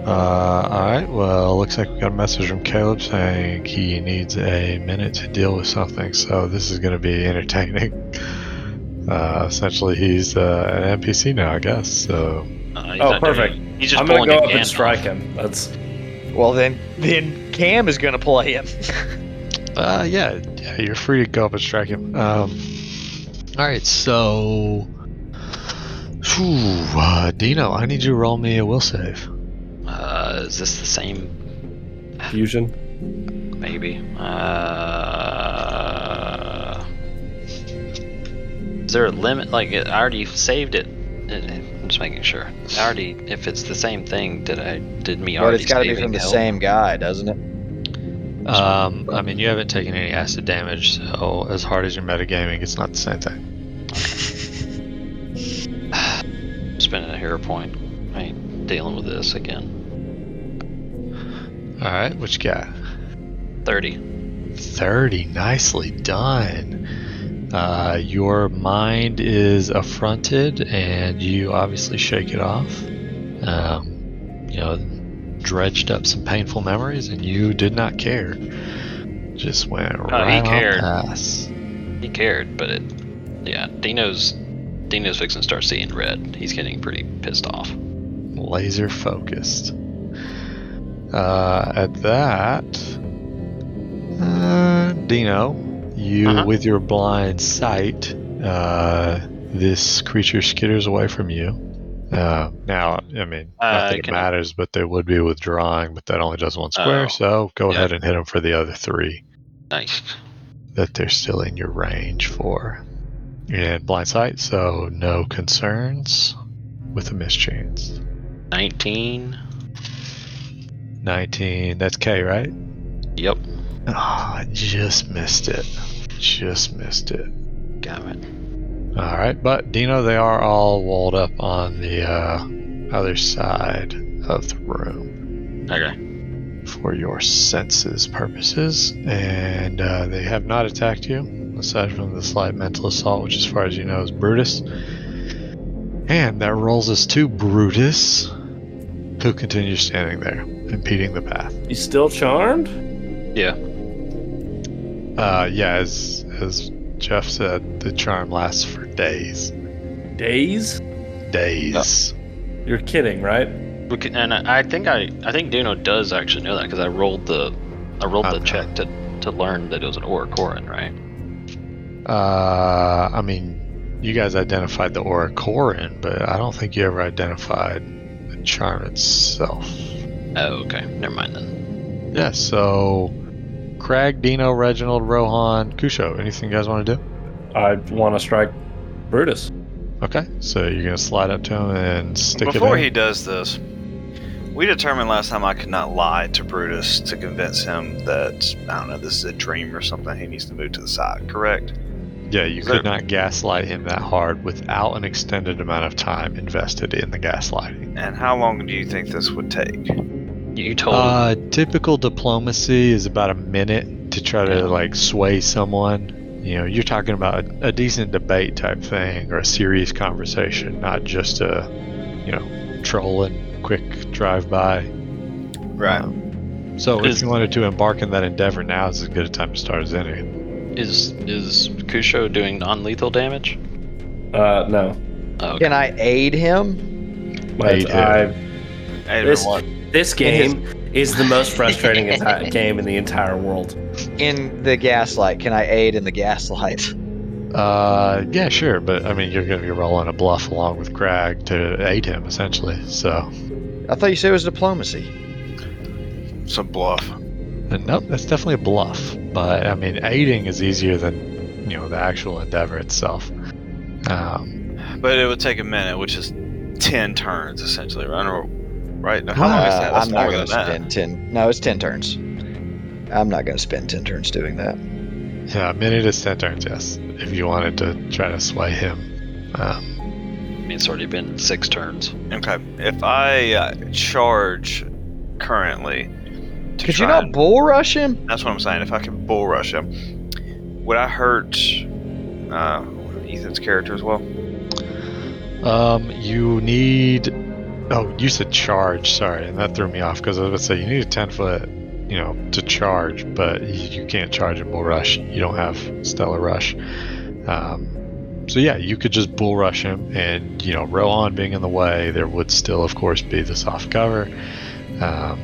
Uh, all right, well, looks like we got a message from Caleb saying he needs a minute to deal with something, so this is going to be entertaining. Uh, essentially, he's uh, an NPC now, I guess. So Uh, he's Oh, not doing perfect. it. He's just I'm gonna pulling go a up and Gandalf. strike him. That's Well, then, then Cam is going to play him. Uh, yeah, yeah, you're free to go up and strike him. Um, all right, so. Phew, uh, Dino, I need you to roll me a will save. Uh, is this the same? fusion. Maybe. Uh, is there a limit? Like, I already saved it. Uh, I'm just making sure. I already, if it's the same thing, did I did me but already? it's got to be saving from the help? same guy, doesn't it? Um, I mean, you haven't taken any acid damage, so as hard as you're metagaming, it's not the same thing. Spending a hero point. I ain't dealing with this again. All right, what you got? Thirty. 30. Nicely done. Uh, your mind is affronted, and you obviously shake it off. Um, you know, dredged up some painful memories, and you did not care. Just went right on cared. past. He cared, but it. Yeah, Dino's. Dino's fixing to start seeing red. He's getting pretty pissed off. laser focused. Uh, at that, uh, Dino, you Uh-huh. with your blind sight, uh, this creature skitters away from you. Uh, now, I mean, Uh, not that it can- matters, but they would be withdrawing, but that only does one square, Oh. so go Yeah. ahead and hit them for the other three Nice. that they're still in your range for. And blind sight, so no concerns with a mischance. Nineteen. 19. That's K, right? Yep. Ah, just missed it. Just missed it. Damn it. All right, but Dino, they are all walled up on the uh, other side of the room Okay. for your senses purposes, and uh, they have not attacked you aside from the slight mental assault, which, as far as you know, is Brutus. And that rolls us to Brutus, who continues standing there, impeding the path. He's still charmed. Uh, yeah, as as Jeff said, the charm lasts for days. Days. Days. You're kidding, right? We can, and I I think I I think Dino does actually know that because I rolled the I rolled the Okay. check to to learn that it was an Oracoran, right? Uh, I mean, you guys identified the Oracorin, but I don't think you ever identified the charm itself. Oh, okay. Never mind then. Yeah. So, Crag, Dino, Reginald, Rohan, Kusho. Anything you guys want to do? I want to strike Brutus. Okay. So you're gonna slide up to him and stick Before it. he does this, we determined last time I could not lie to Brutus to convince him that I don't know this is a dream or something. He needs to move to the side. Correct? in. Yeah, you Is could there- not gaslight him that hard without an extended amount of time invested in the gaslighting. And how long do you think this would take? You told Uh, typical diplomacy is about a minute to try to like sway someone. You know, you're talking about a, a decent debate type thing or a serious conversation, not just a, you know, trolling quick drive by. Right. So if Is- you wanted to embark in that endeavor, now is as good a time to start as any. is is Kusho doing non-lethal damage? Uh, no. Oh, okay. Can I aid him? But did. I, Eight This- one. this game is the most frustrating enti- game in the entire world. In the gaslight? Can I aid in the gaslight? Uh, yeah, sure, but I mean, you're going to be rolling a bluff along with Crag to aid him essentially. So, I thought you said it was diplomacy. It's a bluff. Uh, and nope, that's definitely a bluff. But I mean, aiding is easier than you know the actual endeavor itself. Um, But it would take a minute, which is ten turns essentially, right? Or, right? No, how long is that? Uh, That's I'm not more going to than spend that. ten. No, it's ten turns. I'm not going to spend ten turns doing that. yeah, a minute is ten turns. Yes, if you wanted to try to sway him. Um, I mean, it's already been six turns. Okay, if I uh, charge currently, to Could you try not and- bull rush him? That's what I'm saying. If I can bull rush him, would I hurt uh, Ethan's character as well? um, you need. Oh, you said charge. Sorry, and that threw me off because I was about to say you need a ten foot, you know, to charge, but you, you can't charge in bull rush. You don't have stellar rush. Um, so yeah, you could just bull rush him, and you know, Rohan being in the way, there would still, of course, be the soft cover. Um,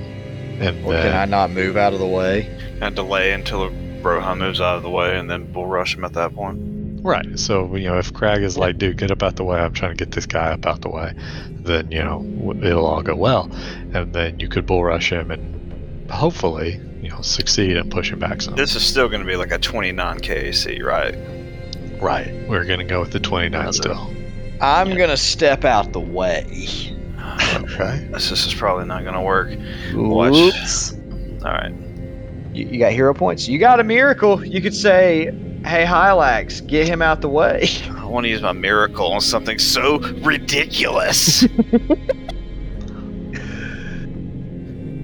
and Or then can I not move out of the way? And delay until Rohan moves out of the way, and then bull rush him at that point. Right. So you know, if Crag is like, "Dude, get up out the way. I'm trying to get this guy up out the way," then you know w- it'll all go well, and then you could bull rush him and hopefully you know succeed and push him back some. This is still going to be like a 29 KAC, right? right. We're gonna go with the 29 still. I'm going to step out the way. Okay. This, this is probably not going to work. Watch. Oops. All right. You, you got hero points. You got a miracle. You could say, "Hey, Hylax, get him out the way." I want to use my miracle on something so ridiculous.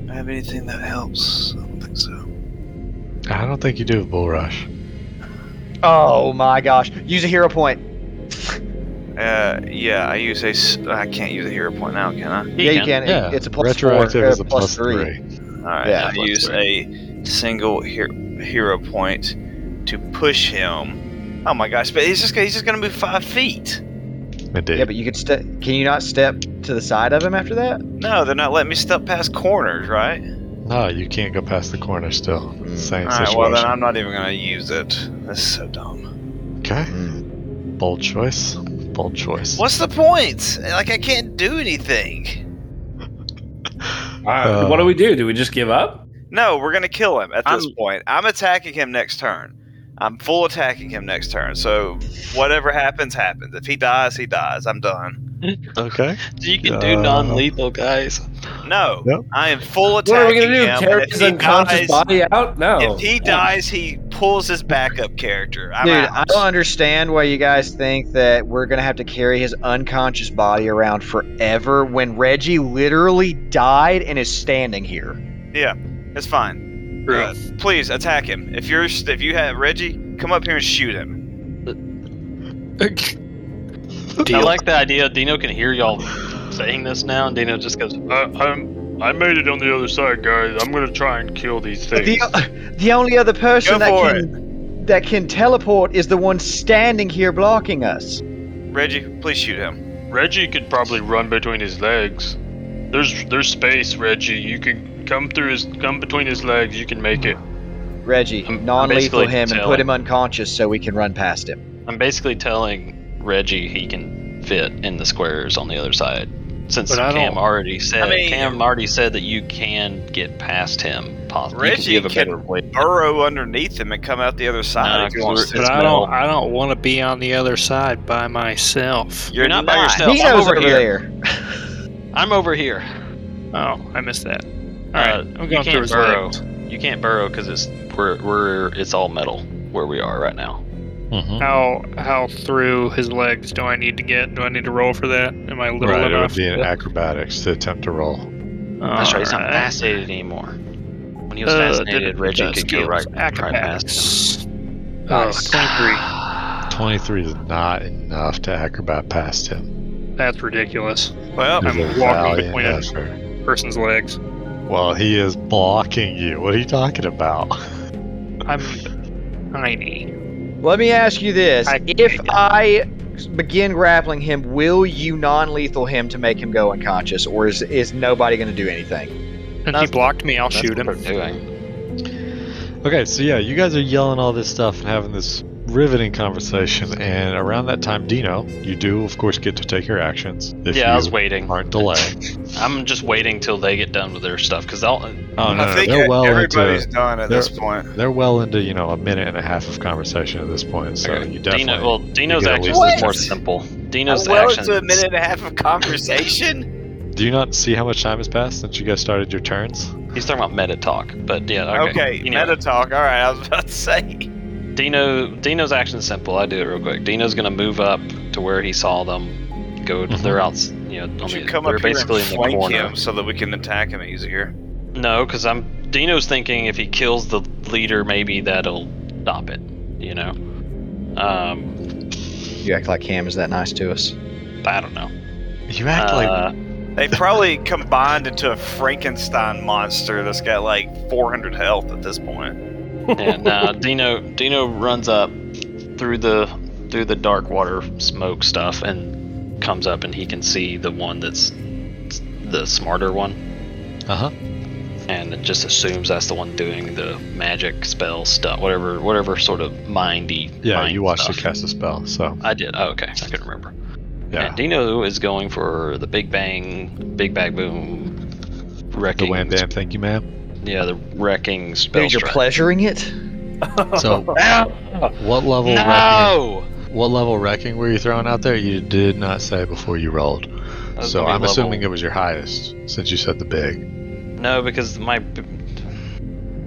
I have anything that helps? I don't think so. I don't think you do with bull rush. Oh my gosh! Use a hero point. Uh, yeah, I use a. s- I can't use a hero point now, can I? yeah, you can. It- Yeah. It's a plus Retroactive four, is uh, a plus three. All right, Yeah, I use a single hero, hero point to push him. Oh my gosh! But he's just he's just gonna move five feet. Indeed. Yeah, but you could step. Can you not step to the side of him after that? No, they're not letting me step past corners, right? no, you can't go past the corner still. Mm. Same All right. situation. Well, then I'm not even gonna use it. That's so dumb. okay. Bold choice. Bold choice. What's the point? Like I can't do anything. Uh, what do we do? Do we just give up? No, we're gonna kill him at this I'm- point. I'm attacking him next turn. I'm full attacking him next turn. So whatever happens, happens. If he dies, he dies. I'm done. Uh, Okay. You can do Uh, non-lethal, guys. No, Nope. I am full attacking What are we gonna do? him. and Tear if his he unconscious dies- body Oh, out? No. If he dies, he pulls his backup character. I'm Dude, out. I don't understand why you guys think that we're gonna have to carry his unconscious body around forever when Reggie literally died and is standing here. It's fine. Uh, please attack him. If you're if you have Reggie, come up here and shoot him. I like the idea. Dino can hear y'all saying this now, and Dino just goes, I, I'm. I made it on the other side, guys. I'm gonna try and kill these things. The, the only other Go person that for can that can teleport is the one standing here blocking us. Reggie, please shoot him. Reggie could probably run between his legs. There's there's space, Reggie. You can come through his come between his legs. You can make it. Reggie, I'm- I'm non-lethal basically him and telling- put him unconscious so we can run past him. I'm basically telling Reggie he can fit in the squares on the other side. Since But I Cam don't- already said I mean- Cam already said that you can get past him possibly. Reggie you can give a can- better way. Burrow underneath him and come out the other side Nah, if he 'cause wants we're- to. But I metal. don't I don't want to be on the other side by myself. You're not by yourself. No, He I'm knows over here. there. I'm over here. Oh, I missed that. All Uh, right, I'm You going through can't his burrow. legs. You can't burrow because it's we're, we're it's all metal where we are right now. Mm-hmm. Mhm. How how through his legs do I need to get? Do I need to roll for that? Am I little Right. It would enough? be an acrobatics to attempt to roll. That's right. He's not Alright. fascinated anymore. When he was Uh, fascinated, did- Reggie does could go skills. right, right past Acrobatics. him. Nice. Oh, 23 is not enough to acrobat past him. 23. That's ridiculous. Well, I'm It is a walking valiant between a effort. person's legs. Well, he is blocking you. What are you talking about? I'm tiny. Let me ask you this: I- If I begin grappling him, will you non-lethal him to make him go unconscious, or is is nobody going to do anything? Since he blocked me, I'll That's shoot what him. they're doing. Okay, so yeah, you guys are yelling all this stuff and having this riveting conversation. And around that time, Dino, you do, of course, get to take your actions. If yeah, you I was waiting. Aren't delayed. I'm just waiting till they get done with their stuff because they'll. Oh, no, I no, think they're well everybody's into done at they're- this point. they're well into you know a minute and a half of conversation at this point. So Okay. you definitely Dino, well, Dino's get a actions little is more bit. simple. Dino's I'm well actions. into a minute and a half of conversation. do you not see how much time has passed since you guys started your turns? He's talking about meta talk, but yeah. okay, Okay. Anyway. meta talk. All right, I was about to say. Dino Dino's action simple. I do it real quick. Dino's gonna move up to where he saw them. Go to Mhm. their outs. You know, on Should the, come they're up here basically and in the flank corner. him so that we can attack him easier. No, because I'm Dino's thinking if he kills the leader, maybe that'll stop it. You know. Um, You act like Cam is that nice to us. I don't know. You act like Uh, They probably combined into a Frankenstein monster that's got like 400 health at this point. yeah, nah, uh, Dino Dino runs up through the through the dark water smoke stuff and comes up and he can see the one that's the smarter one uh huh. and it just assumes that's the one doing the magic spell stuff whatever whatever sort of mindy Yeah, mind you watched stuff. it cast a spell. So I did. Oh, okay. I couldn't remember. yeah, And Dino is going for the big bang big bang boom the wrecking wham bam, thank you, ma'am. Yeah, the wrecking spell Dude, you're strike. pleasuring it? So what No. level? Wrecking, what level wrecking were you throwing out there? You did not say before you rolled. That was So gonna be I'm level- assuming it was your highest since you said the big. No, because my.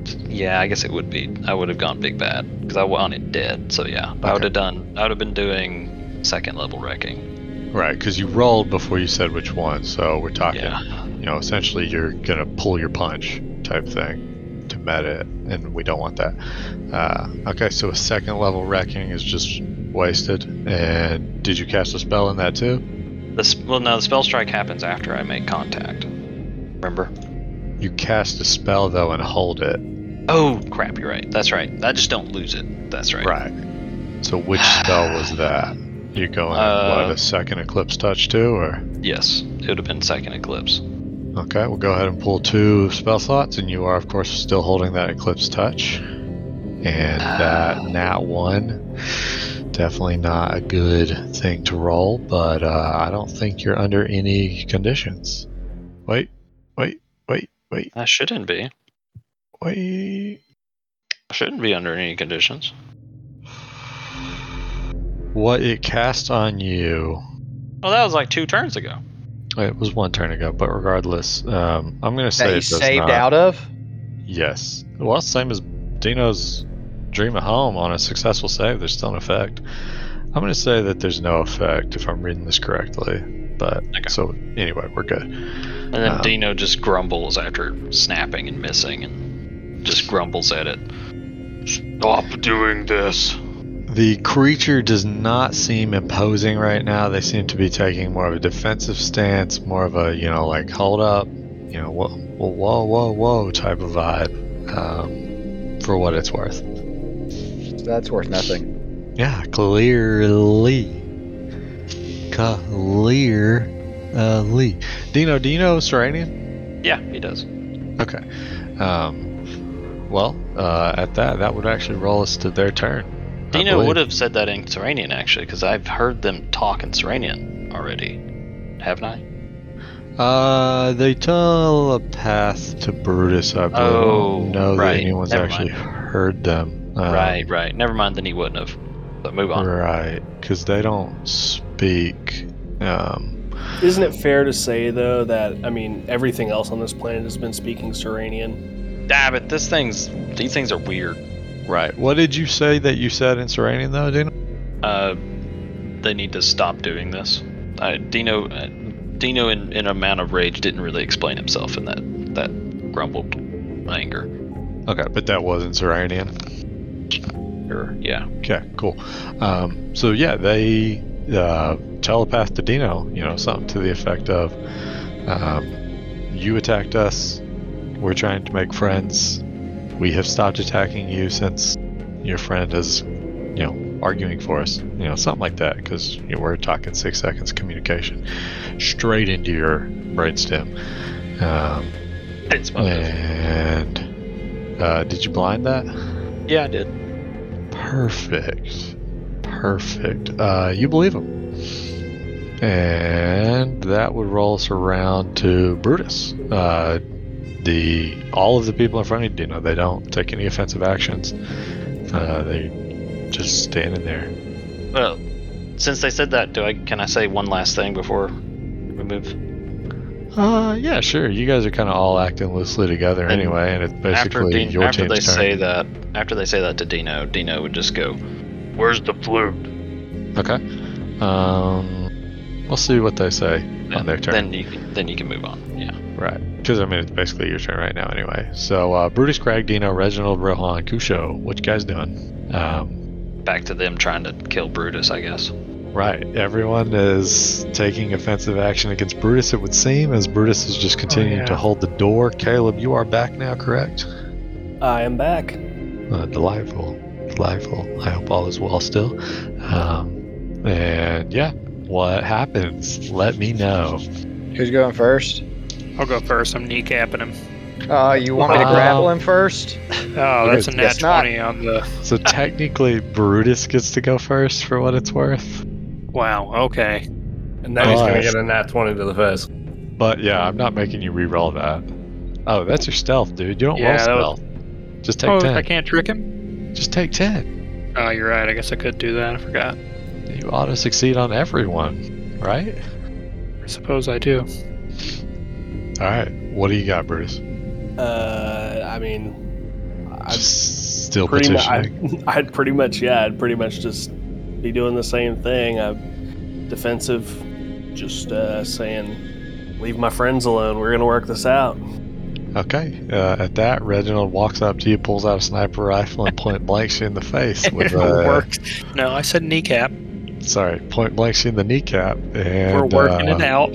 Yeah, I guess it would be. I would have gone big bad because I wanted dead. So yeah, I would Okay. have done. I would have been doing second level wrecking. Right, because you rolled before you said which one. So we're talking, Yeah. you know, essentially you're gonna pull your punch type thing to meta it, and we don't want that. Uh, okay, so a second level wrecking is just wasted. And did you cast a spell in that too? The s well, no, the spell strike happens after I make contact. Remember? You cast a spell though and hold it. Oh crap! You're right. That's right. I just don't lose it. That's right. So which spell was that? You going Uh, what a second eclipse touch too, or Yes, it would have been second eclipse. okay? We'll go ahead and pull two spell slots, and you are of course still holding that eclipse touch, and Uh, that nat one. Definitely not a good thing to roll, but uh, I don't think you're under any conditions. Wait, wait, wait, wait, I shouldn't be. wait. I shouldn't be under any conditions. What it cast on you Well, that was like two turns ago. It was one turn ago, but regardless, um, I'm gonna say that it you does saved not. out of? Yes. Well, same as Dino's dream of home on a successful save. There's still an effect. I'm gonna say that there's no effect if I'm reading this correctly. But Okay. so anyway, we're good. And then Um, Dino just grumbles after snapping and missing, and just grumbles at it. Stop doing this. The creature does not seem imposing right now. They seem to be taking more of a defensive stance, more of a you know like hold up, you know whoa whoa whoa whoa type of vibe. Um, for what it's worth. That's worth nothing. Yeah, clearly. Clearly. Dino, do you know Serenian? Yeah, he does. Okay. Um, well, uh, at that, that would actually roll us to their turn. I Dino believe. would have said that in Serenian actually, because I've heard them talk in Serenian already, haven't I? Uh, they telepath to Brutus, I believe. I Oh, don't know that right. anyone's Never actually heard them. Uh, right, right. Never mind. Then he wouldn't have. But move on. Right, because they don't speak. Um, Isn't it fair to say though that I mean everything else on this planet has been speaking Serenian? Ah, but this thing's these things are weird. right. What did you say that you said in Serenian, though, Dino? Uh, they need to stop doing this. Uh, Dino, uh, Dino, in in amount of rage, didn't really explain himself in that that grumbled anger. Okay, but that wasn't Serenian. Or yeah, Okay, cool. Um, so yeah, they uh, telepath to Dino, you know, something to the effect of, um, "You attacked us. We're trying to make friends. We have stopped attacking you since your friend is, you know, arguing for us. You know, something like that, because you know, we're talking six seconds communication straight into your brainstem. Um, it's my move. and uh, did you blind that? Yeah, I did. Perfect. Perfect. Uh, you believe him. And that would roll us around to Brutus. Uh, the all of the people in front of you, you know, they don't take any offensive actions. Uh, they just standing there. Well, since they said that, do I can I say one last thing before we move? Uh, yeah, sure. You guys are kind of all acting loosely together And anyway, and it's after basically Dean- your after they team's turn. say that, after they say that to Dino, Dino would just go. Where's the flute? Okay. Um, we'll see what they say on Then, their turn. then you can, then you can move on. Yeah. Right. Because, I mean, it's basically your turn right now anyway. So, uh, Brutus, Craig, Dino, Reginald, Rohan, Kusho, what you guys doing? Um, Back to them trying to kill Brutus, I guess. right. Everyone is taking offensive action against Brutus, it would seem, as Brutus is just continuing yeah. to hold the door. Caleb, you are back now, correct? I am back. Uh, delightful. Delightful. I hope all is well still. Um, and, yeah, what happens? Let me know. Who's going first? I'll go first. I'm kneecapping him. Uh, you want me to Wow. grapple him first? Oh, that's a nat Guess not. 20 on the. So, technically, Brutus gets to go first for what it's worth. Wow, okay. And now he's Oh, going to that's- get a nat 20 to the face. But yeah, I'm not making you re-roll that. Oh, that's your stealth, dude. You don't Yeah, that roll was- stealth. Just take Oh, ten. I can't trick him? Just take ten. Oh, you're right. I guess I could do that. I forgot. You auto succeed on everyone, right? I suppose I do. All right. What do you got, Brutus? Uh, I mean, I Just still pretty much, petitioning. I'd, I'd pretty much, yeah, I'd pretty much just be doing the same thing. I'm defensive, just uh, saying, leave my friends alone. We're gonna work this out. Okay. Uh, at that, Reginald walks up to you, pulls out a sniper rifle, and point blanks you in the face with a worked. No, I said kneecap. sorry, point blanks you in the kneecap. And We're working uh, it out.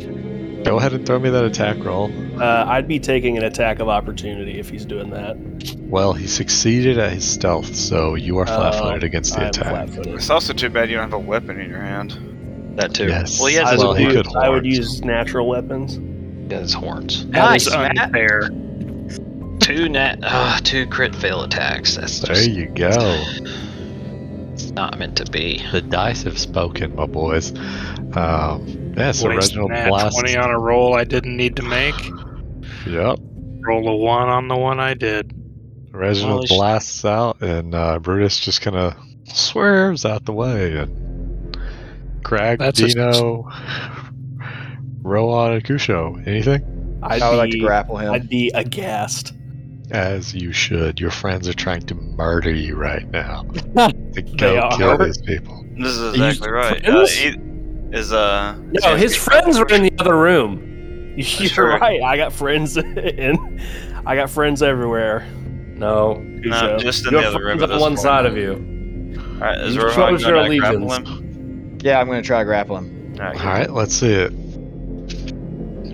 Go ahead and throw me that attack roll. Uh, I'd be taking an attack of opportunity if he's doing that. Well, he succeeded at his stealth, so you are flat-footed Oh, against the I'm attack. flat-footed. It's also too bad you don't have a weapon in your hand. That too. Yes. Well, he has I his Well, would, he horns. could use, I would horns. use natural weapons. He has his horns. That was Nice, Matt. unfair. Two nat, uh, two crit fail attacks. That's There just you go. not meant to be. The dice have spoken, my boys. Um, yes, Waste original nat blast. 20 on a roll I didn't need to make. Yep. Roll a 1 on the one I did. Reginald Holy sh- blasts out, and uh, Brutus just kind of swerves out the way. And Crag, That's a- Dino, Rohan, and Kusho, anything? I'd I would be, like to grapple him. I'd be aghast. As you should. Your friends are trying to murder you right now. to They go are. kill these people. This is you exactly right. Uh, friends? it is uh. No, his friends were in the other room. You're right. right. I got friends in. I got friends everywhere. No. No, Kusho. just in Your the other room. friends at on this one point. side of you. All right, is You Rohan chose going your to grapple allegiance. him? Yeah, I'm gonna try to grapple him. All right, All right, let's see it.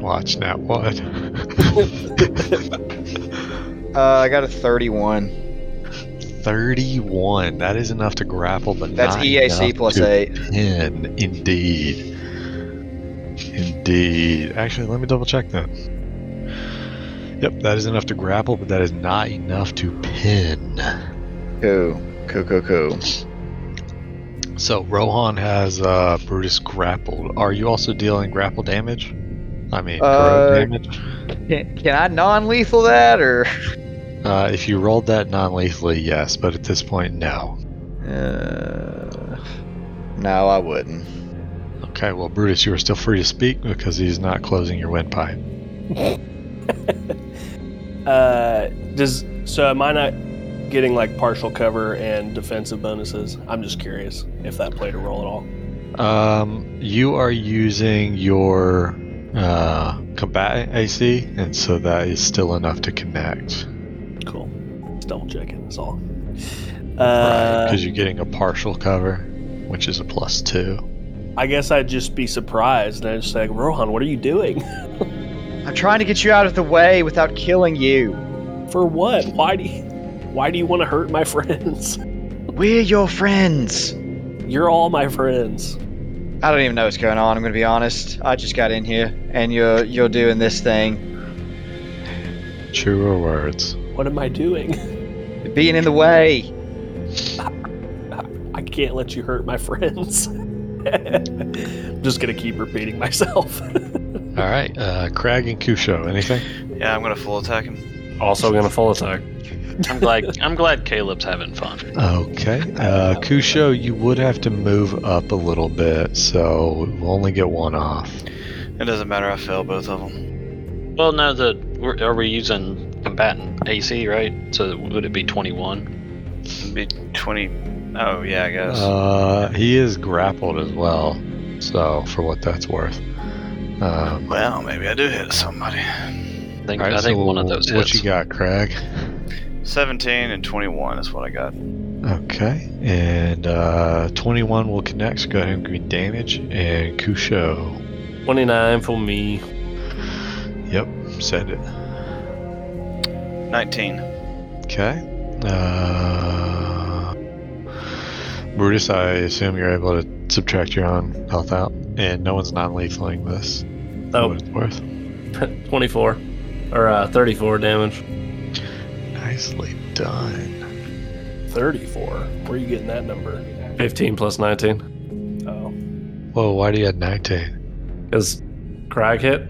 Watch now what? Uh, I got a 31. 31. That is enough to grapple, but That's not EAC enough plus to 8. Ten, indeed. Indeed. Actually, let me double check that. Yep, that is enough to grapple, but that is not enough to pin. Cool. Cool, cool, cool. So Rohan has uh, Brutus grappled. Are you also dealing grapple damage? I mean, corrode Uh, damage. Can, can I non lethal that, or. Uh, if you rolled that non-lethally, yes, but at this point, no. Uh, no, I wouldn't. Okay, well, Brutus, you are still free to speak because he's not closing your windpipe. Uh, does so? Am I not getting like partial cover and defensive bonuses? I'm just curious if that played a role at all. Um, you are using your uh, combatant AC, and so that is still enough to connect. Cool. Just double checking. That's all. right? Uh, Because you're getting a partial cover, which is a plus two. I guess I'd just be surprised and I'd just say, Rohan, what are you doing? I'm trying to get you out of the way without killing you. For what? Why do you? Why do you want to hurt my friends? We're your friends. You're all my friends. I don't even know what's going on. I'm gonna be honest. I just got in here, and you're you're doing this thing, Truer words. What am I doing? being in the way. can't let you hurt my friends. just gonna keep repeating myself. All right, uh, Crag and Kusho, anything? Yeah, I'm gonna full attack him. Also gonna full attack. I'm glad. I'm glad Caleb's having fun. Okay, uh, Kusho, you would have to move up a little bit, so we'll only get one off. It doesn't matter. I fail both of them. Well, now that we're, are we using combatant AC, right? So would it be 21? It'd be twenty. Oh yeah, I guess. Uh, he is grappled as well, so for what that's worth. Um, well, maybe I do hit somebody. I think, all right, I think so one of those What hits. you got, Crag? Seventeen and twenty-one is what I got. Okay, and uh, 21 will connect, so go ahead and give me damage. And Kusho, 29 for me. yep, send it. Nineteen. Okay. Uh, Brutus, I assume you're able to subtract your own health out, and no one's non-lethaling this. for Oh. what it's worth. 24. Or uh, 34 damage. Nicely done. Thirty-four. Where are you getting that number? 15 plus 19. Oh. Whoa, why do you have 19? Because Crag hit.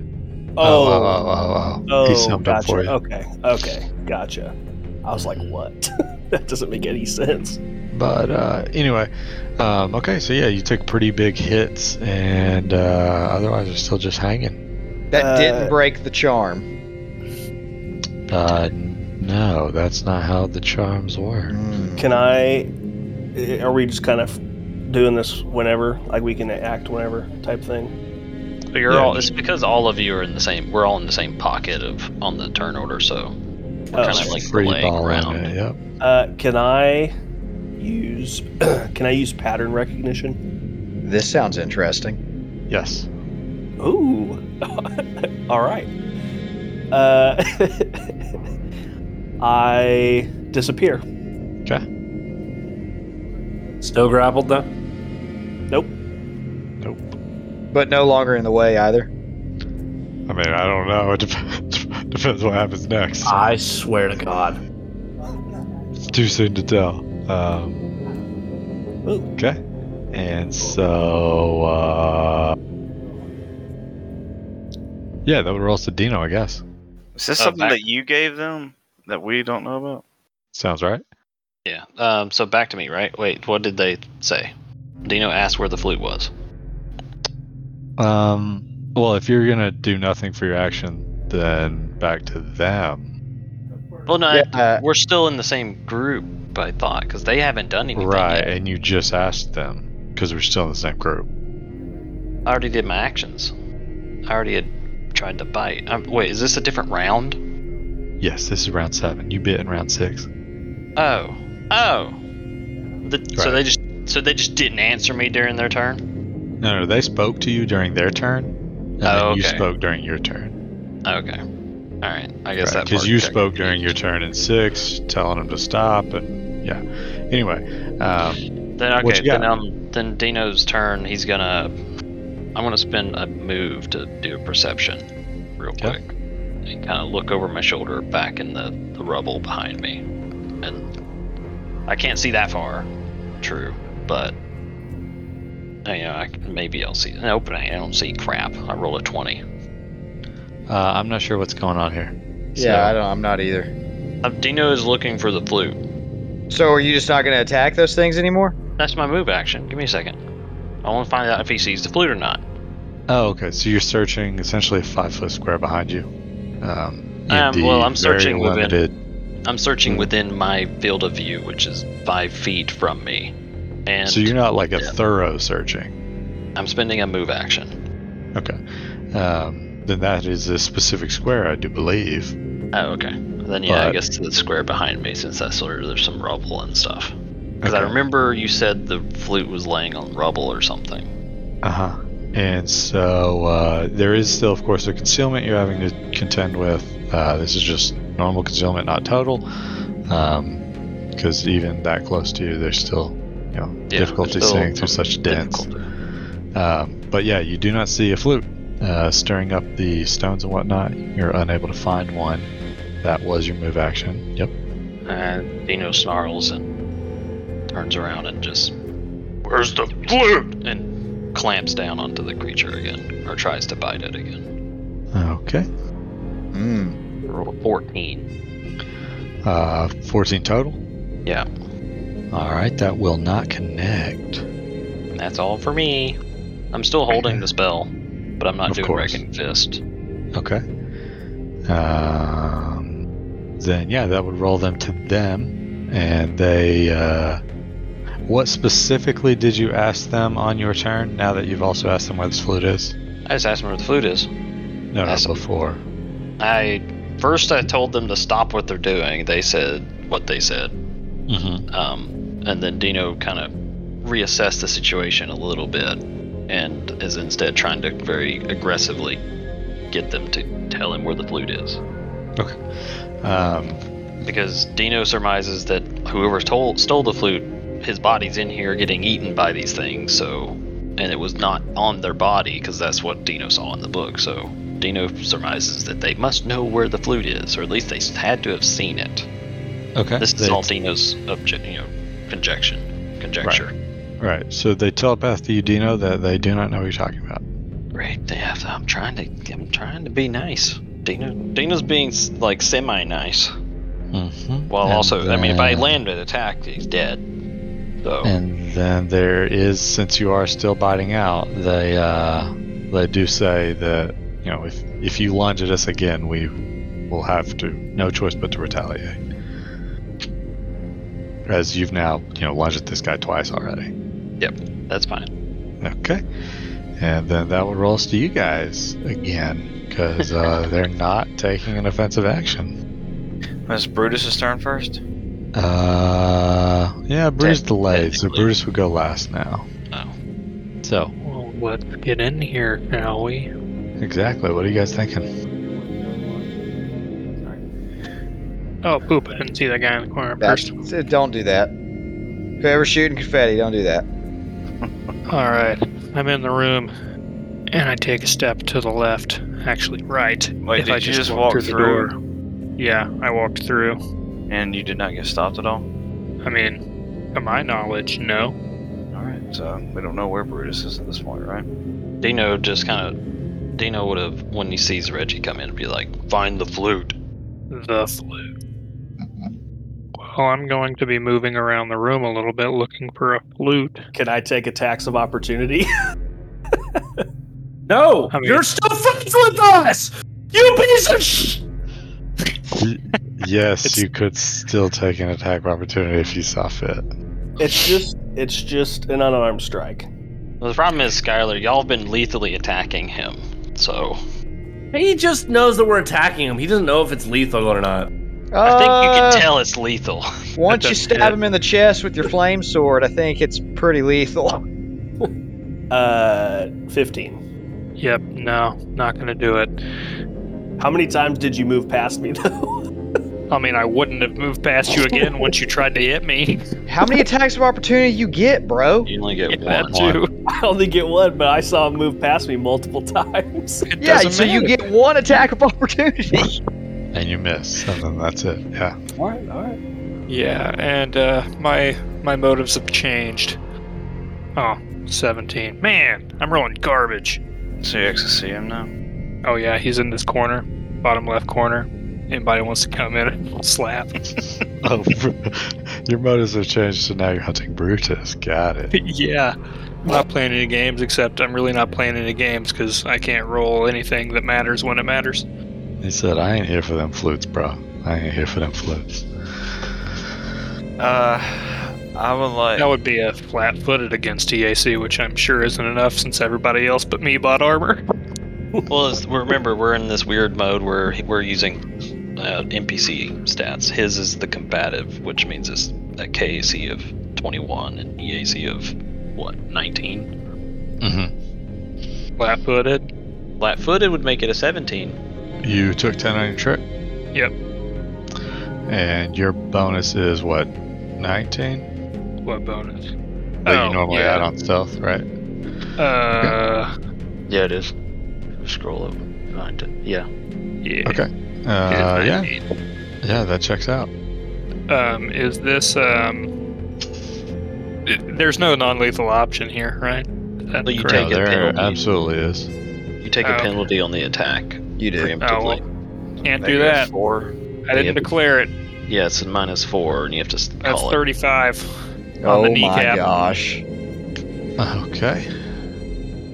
Oh. wow, wow, wow, wow. uh, he summed gotcha. up for you. Okay. Okay. Gotcha. I was like, what? that doesn't make any sense. But uh, anyway, um, okay, so yeah, you took pretty big hits, and uh, otherwise you're still just hanging. That Uh, didn't break the charm. Uh, no, that's not how the charms work. Hmm. Can I? eh, Are we just kind of doing this whenever? Like we can act whenever type thing? But you're Yeah. all. It's because all of you are in the same. We're all in the same pocket of on the turn order, so we're Oh. kind of like Free laying ball around. it, yep. Uh, can I use? can I use pattern recognition? This sounds interesting. Yes. Ooh. All right. Uh, I disappear. Still grappled though. But no longer in the way I either. mean, I don't know. It depends, depends what happens next. Ah. I swear to God. It's too soon to tell. Um, Ooh. okay. And so, uh, yeah, that would roll to Dino, I guess. Is this Uh, something back- that you gave them that we don't know about? Sounds right. Yeah. Um. So back to me, right? Wait. What did they say? Dino asked where the flute was. Um, well, if you're gonna do nothing for your action, then back to them. Well, no, Yeah, uh, we're still in the same group. I thought because they haven't done anything. Right, Yet. and you just asked them because we're still in the same group. I already did my actions. I already had tried to bite. Um, wait, is this a different round? Yes, this is round seven. You bit in round six. Oh. Oh. The, So Right. they just so they just didn't answer me during their turn. No, no, they spoke to you during their turn, and Oh, then you okay. spoke during your turn. Okay. All right. I guess that because part you checked. spoke during your turn in six, telling him to stop, and yeah. Anyway, um, Then okay, What you then got? um, then Dino's turn. He's gonna. I'm gonna spend a move to do a perception, real Okay. quick, and kind of look over my shoulder back in the the rubble behind me, and I can't see that far. True, but uh, you know, I, can- maybe I'll see. Nope, I don't see crap. I roll a twenty. uh, I'm not sure what's going on here. Yeah, I don't, I'm not either. Uh, Dino is looking for the flute. So are you just not going to attack those things anymore? That's my move action. Give me a second. I want to find out if he sees the flute or not. Oh, okay. So you're searching essentially a five foot square behind you. Um, in Um, the well, I'm very searching within- limited. I'm searching Hmm. within my field of view, which is five feet from me, and So you're not like a Yeah. thorough searching. I'm spending a move action. Okay. Um, then that is a specific square, I do believe. Oh, okay. Then yeah, I But- guess to the square behind me, since that's where there's some rubble and stuff. Because I Okay. remember you said the flute was laying on rubble or something. Uh huh. And so uh, there is still, of course, a concealment you're having to contend with. Uh, this is just normal concealment, not total. Because even that close to you, there's still you know, Yeah, difficulty there's still seeing through such dense. Difficult. Um, but yeah, you do not see a flute uh, stirring up the stones and whatnot. You're unable to find one. That was your move action. Yep. Uh, And Dino snarls and turns around and just Where's the flute? and clamps down onto the creature again, or tries to bite it again. Okay. Mm. Roll a 14. Uh, 14 total. Yeah. All right, that will not connect. That's all for me. I'm still holding the spell, but I'm not Of doing course. Wrecking Fist. Okay. Um, then yeah, that would roll them to them, and they. Uh, what specifically did you ask them on your turn? Now that you've also asked them where this flute is. I just asked them where the flute is. No, no, Ask- before. I first I told them to stop what they're doing. They said what they said. Mm-hmm. Um, and then Dino kind of reassessed the situation a little bit and is instead trying to very aggressively get them to tell him where the flute is. Um, Because Dino surmises that whoever told, stole the flute, his body's in here getting eaten by these things, so. And it was not on their body, because that's what Dino saw in the book, so. Dino surmises that they must know where the flute is, or at least they had to have seen it. okay. This is they- all Dino's obje- you know, conjecture. Conjecture. Right. So they telepathed to you, Dino, that they do not know what you're talking about. Right. Yeah, I'm trying to. I'm trying to be nice. Dino. Dino's being s- like semi-nice, Mm-hmm. while also. I mean, if I land an attack, he's dead. So uh, And then there is, since you are still biting out, they uh, they do say that you know if if you lunge at us again, we will have to no choice but to retaliate. As you've now you know lunged at this guy twice already. that's fine. Okay, and then that would roll us to you guys again because uh, they're not taking an offensive action. Was Brutus' turn first? Uh, yeah, Brutus delayed, so technically. Brutus would go last now. Oh. So Well, let's get in here, shall we? exactly, what are you guys thinking? Oh, poop! I didn't see that guy in the corner That, first. don't do that. Whoever's shooting confetti, don't do that. All right, I'm in the room, and I take a step to the left. Actually, right. Wait, if did I you just walk walk through, through? the door. Yeah, I walked through. And you did not get stopped at all? I mean, to my knowledge, no. Alright, so we don't know where Brutus is at this point, right? Dino just kind of. Dino would have, when he sees Reggie come in, be like, "Find the flute." The flu. Well, I'm going to be moving around the room a little bit looking for a flute. Can I take attacks of opportunity? No, I mean- you're still friends with us. You piece of sh. yes, It's- you could still take an attack of opportunity if you saw fit. it's just it's just an unarmed strike. Well, the problem is, Skylar, y'all have been lethally attacking him, so He just knows that we're attacking him. He doesn't know if it's lethal or not. I think you Uh. can tell it's lethal. tell. Once you That's stab it. him in the chest with your flame sword, I think it's pretty lethal. Uh, fifteen. Yep, no, not going to do it. How many times did you move past me though? I mean, I wouldn't have moved past you again once you tried to hit me. How many attacks of opportunity you get, bro? You only get That one. too. I only get one, but I saw him move past me multiple times. It Yeah, doesn't so you matter. get one attack of opportunity. And you miss, and then that's it. Yeah. all right, all right. Yeah, and uh, my my motives have changed. Oh, 17. Man, I'm rolling garbage. So you actually see him now? Oh yeah, he's in this corner, bottom left corner. Anybody wants to come in and slap? Oh, your motives have changed, so now you're hunting Brutus. Got it. yeah. I'm not playing any games, except I'm really not playing any games because I can't roll anything that matters when it matters. He said, "I ain't here for them flutes, bro. I ain't here for them flutes." Uh, I would like. That would be a flat-footed against EAC, which I'm sure isn't enough since everybody else but me bought armor. Well, it's, well, remember we're in this weird mode where we're using uh, NPC stats. His is the combative, which means it's a KAC of 21 and EAC of what 19. Mm-hmm. Flat-footed. Flat-footed would make it a 17. You took ten on your trip. Yep. And your bonus is what, nineteen? What bonus? That Oh, you normally yeah. add on stealth, right? Uh, Yeah, it is. Scroll over. Find it. Yeah. yeah. Okay. Uh, yeah, yeah, that checks out. Um, is this um it- there's no non-lethal option here, right? Is that Well, you correct? take a there penalty. absolutely is. You take Oh, a okay. penalty on the attack You Oh, do. preemptively. Oh, Can't do that. Four. I didn't Yeah. declare it. Yeah, it's a minus four, and you have to s- That's call it. 35. Oh the my kneecap. gosh. Okay.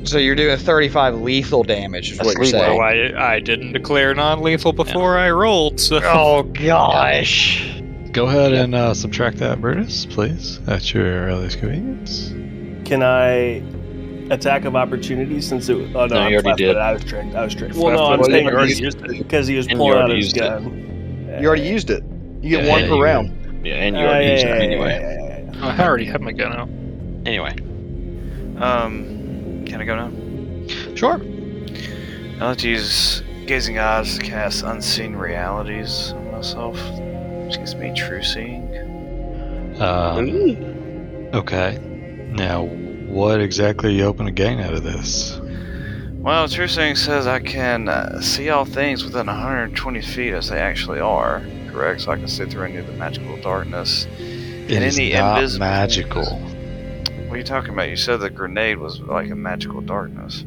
So you're doing 35 lethal damage, is That's what you're lethal. saying. Well, I, I didn't declare non-lethal before I rolled, so Oh gosh. Go ahead and uh, subtract that, Brutus, please, at your earliest convenience. Can I attack of opportunity since it? Oh no, No, I'm you already flat-footed. did. I was tricked. I was tricked. Well, no, I'm Well, saying you already used it. because he was And you pulling out already his used it. gun. You already used it. You get Yeah, one yeah, per you- round. Yeah, and you Oh, already yeah, used it yeah, yeah, anyway. yeah, yeah, yeah. I already have my gun out. Anyway, Um, can I go now? sure. I'll let you use gazing eyes to cast unseen realities on myself, which gives me true seeing. Um, Hmm. okay. Now, what exactly are you hoping to gain out of this? Well, true seeing says I can uh, see all things within 120 feet as they actually are. Correct, so I can see through any of the magical darkness. It is any not invisible- magical. What are you talking about? You said the grenade was like a magical darkness.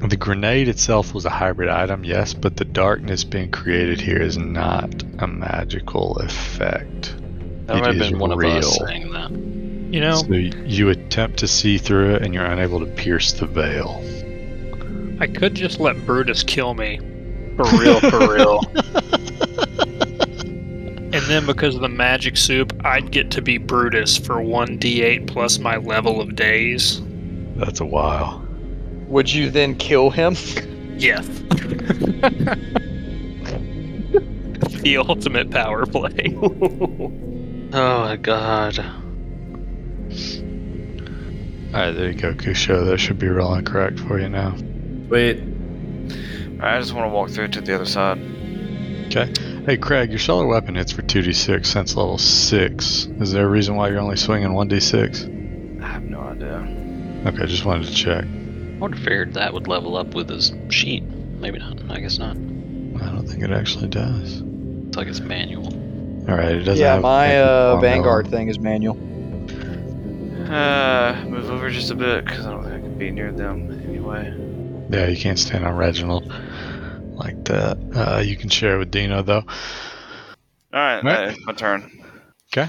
The grenade itself was a hybrid item, yes, but the darkness being created here is not a magical effect. That It might have is been one of us real. saying that. You know, So y- you attempt to see through it and you're unable to pierce the veil. I could just let Brutus kill me. For real, for real. And then because of the magic soup, I'd get to be Brutus for 1d8 plus my level of days. That's a while. Would you then kill him? Yes. the ultimate power play. Oh my god. Alright, there you go, Kusho. That should be rolling correct for you now. Wait, I just want to walk through to the other side. Hey, Craig, your solar weapon hits for 2d6 since level 6. Is there a reason why you're only swinging 1d6? I have no idea. Okay, just wanted to check. I would have figured that would level up with his sheet. Maybe not. I guess not. I don't think it actually does. It's like it's manual. Alright, it doesn't Yeah, have my thank you, uh, Bongo. Vanguard thing is manual. Uh, move over just a bit because I don't think I can be near them anyway. Yeah, you can't stand on Reginald like that. Uh, you can share with Dino, though. All right, Right. uh, it's my turn. 'Kay.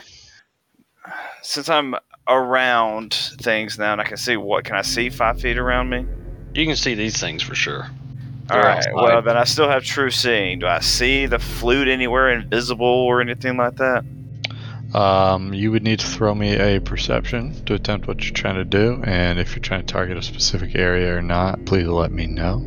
Since I'm around things now and I can see what can I see five feet around me. You can see these things for sure. All They're right. outside. Well, then I still have true seeing. Do I see the flute anywhere invisible or anything like that? Um, you would need to throw me a perception to attempt what you're trying to do, and if you're trying to target a specific area or not, please let me know.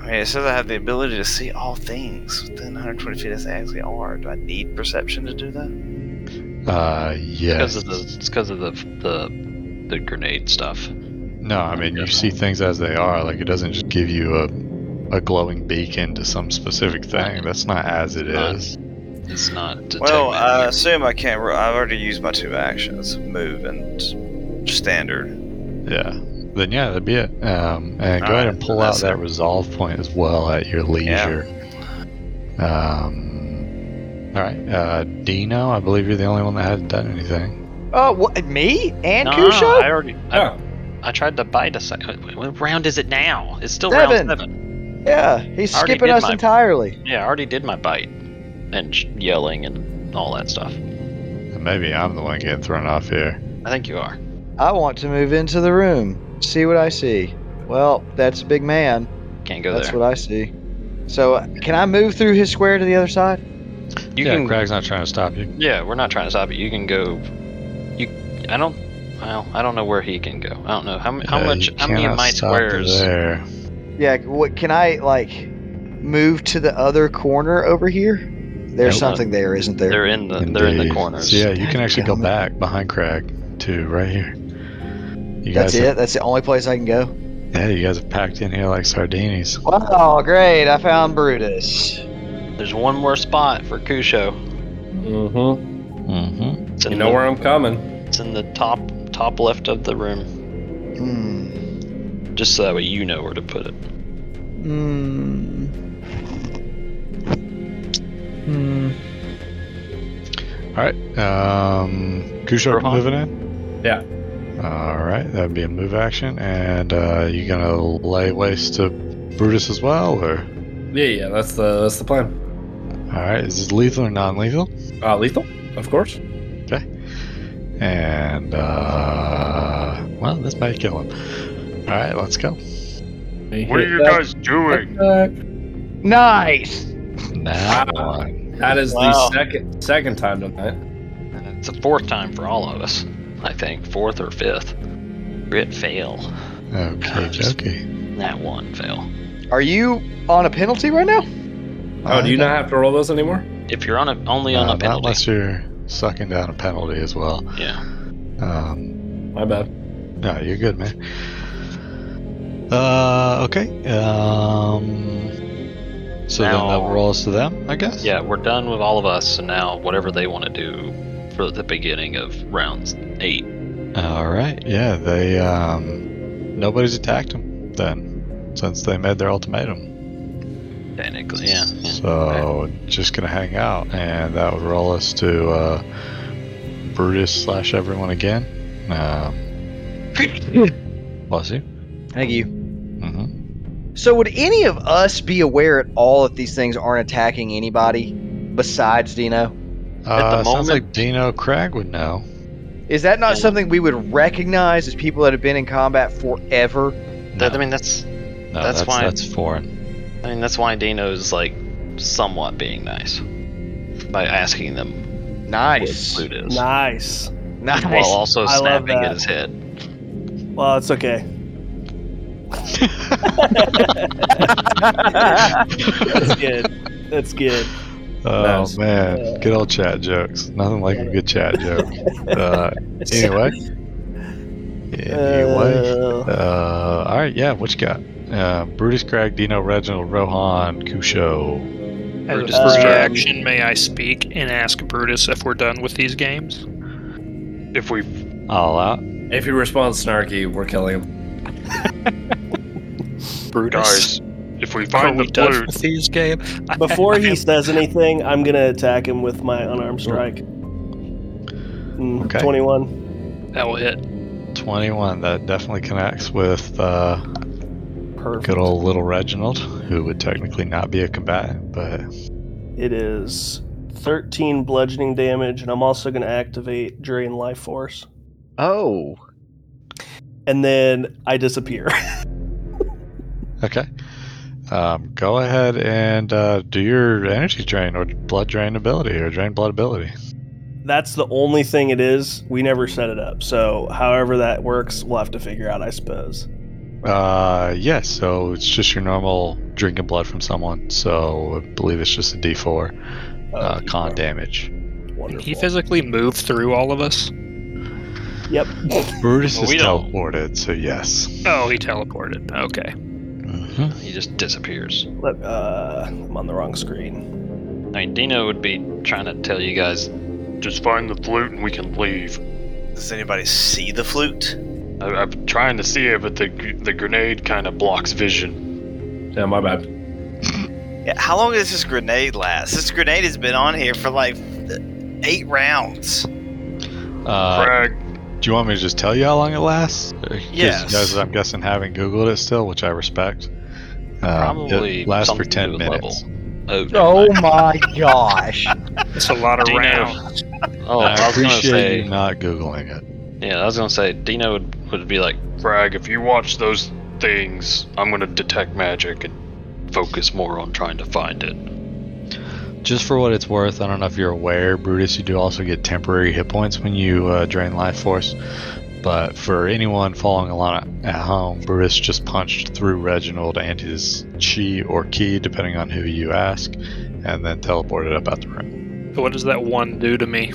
I mean, it says I have the ability to see all things within 120 feet as they actually are. Do I need perception to do that? Uh, Because yes. of the it's because of the the the grenade stuff. No, I mean you see things as they are. Like it doesn't just give you a a glowing beacon to some specific thing. That's not as it Right. is. uh, It's not. detected Well, I here. assume I can't. ro- I've already used my two actions, move and standard. Yeah. Then yeah, that'd be it. Um, and go ahead and pull out That's that it. resolve point as well at your leisure. Um. All right, uh, Dino. I believe you're the only one that hasn't done anything. Oh, what? Me and No, no, Kusho? no, I already. oh, I tried to bite a second. Wait, what round is it now? It's still Seven. round seven. yeah, he's I already skipping did us mine. entirely. Yeah, I already did my bite and sh- yelling and all that stuff. And maybe I'm the one getting thrown off here. I think you are. I want to move into the room, see what I see. Well, that's a big man. Can't go that's there. what I see. So, uh, can I move through his square to the other side? You yeah, can. Craig's not trying to stop you. Yeah, we're not trying to stop it. You can go. You. I don't. Well, I don't know where he can go. I don't know how m- how Yeah, much you how many of cannot my stop squares. There. Yeah, what can I like move to the other corner over here? There's Nope. something there, isn't there? They're in the they're in the Indeed. corners. So yeah, you can God actually go damn it. back behind Crag to right here. You That's guys it. That's the only place I can go. Have, yeah, you guys have packed in here like sardinis. Wow, great! I found Brutus. There's one more spot for Kusho. mm-hmm. Mm-hmm. It's in you know the, where I'm coming. It's in the top top left of the room. Hmm. Just so that way you know where to put it. Hmm. Hmm. All right, um, Kusho Rohan? moving in. Yeah. All right, that would be a move action, and uh, you gonna lay waste to Brutus as well, or Yeah, yeah, that's the that's the plan. all right? Is this lethal or non-lethal? Uh, lethal, of course. And uh, well, this might kill him. All right, let's go. What are you guys doing? Nice. Now, That is Wow. the second second time tonight. And it's the fourth time for all of us, I think. Fourth or fifth. Crit fail. okay, Just- dokie. That one fail. Are you on a penalty right now? Uh, Oh, do you not have to roll those anymore? If you're on a only on Uh, a not penalty. unless you're sucking down a penalty as well. Yeah. Um, My bad. No, you're good, man. Uh, okay. Um, so then Now- that rolls to them, I guess. Yeah, we're done with all of us, so now whatever they want to do for the beginning of rounds eight. All right. Yeah, they um, nobody's attacked them then since they made their ultimatum. Technically, yeah. yeah. So just gonna hang out, and that would roll us to uh, Brutus slash everyone again. Um, bless you. Thank you. hmm So, would any of us be aware at all that these things aren't attacking anybody besides Dino? Uh, sounds moment- like Dino Crag would know. Is that not Yeah. something we would recognize as people that have been in combat forever? That- No. I mean, that's No, that's that's why- that's foreign. I mean that's why Dino's like somewhat being nice by asking them what Nice. loot is, Nice. Nice. while also I love snapping that. at his head. Well, it's okay. That's good. That's good. Oh Nice. man, good old chat jokes. Nothing like a good chat joke. Uh, anyway, anyway. Uh, Uh, all right, yeah. What you got? Uh, Brutus, Crag, Dino, Reginald, Rohan, Kusho. As a Brutus first is- action, may I speak and ask Brutus if we're done with these games? If we All out. If he responds snarky, we're killing him. Brutus, guys, if we are find we the done blue, with these games? Before he says anything, I'm gonna attack him with my unarmed strike. Mm, Okay. Twenty-one. that will hit. Twenty-one. That definitely connects with uh, Perfect. good old little Reginald, who would technically not be a combatant, but It is thirteen bludgeoning damage, and I'm also gonna activate drain life force, Oh. and then I disappear. okay. Um, go ahead and uh, do your energy drain or blood drain ability or drain blood ability. That's the only thing it is. We never set it up, so however that works, we'll have to figure out, I suppose. Uh, yes. So it's just your normal drinking blood from someone. So I believe it's just a D4 Oh, uh, you con are damage. Can Wonderful. he physically move through all of us? Yep. Brutus Well, is we don't- teleported, so yes. Oh, he teleported. Okay. Mhm. He just disappears. Let- uh, I'm on the wrong screen. I mean, Dino would be trying to tell you guys. just find the flute and we can leave. Uh, Does anybody see the flute? I, I'm trying to see it, but the the grenade kind of blocks vision. Yeah, my bad. Yeah, how long does this grenade last? This grenade has been on here for like eight rounds. Uh, Crag, do you want me to just tell you how long it lasts? 'Cause Yes. You guys, I'm guessing, haven't Googled it still, which I respect. Um, Probably it lasts for something to 10 do with minutes. Oh, Oh my gosh. It's a lot of Dino. rounds. oh I, I was gonna appreciate say. you not Googling it. Yeah, I was gonna say Dino would, would be like, Crag, if you watch those things, I'm gonna detect magic and focus more on trying to find it. Just for what it's worth, I don't know if you're aware, Brutus, you do also get temporary hit points when you uh, drain life force. But for anyone following along at home, Brutus just punched through Reginald and his chi or ki, depending on who you ask, and then teleported up out the room. What does that one do to me?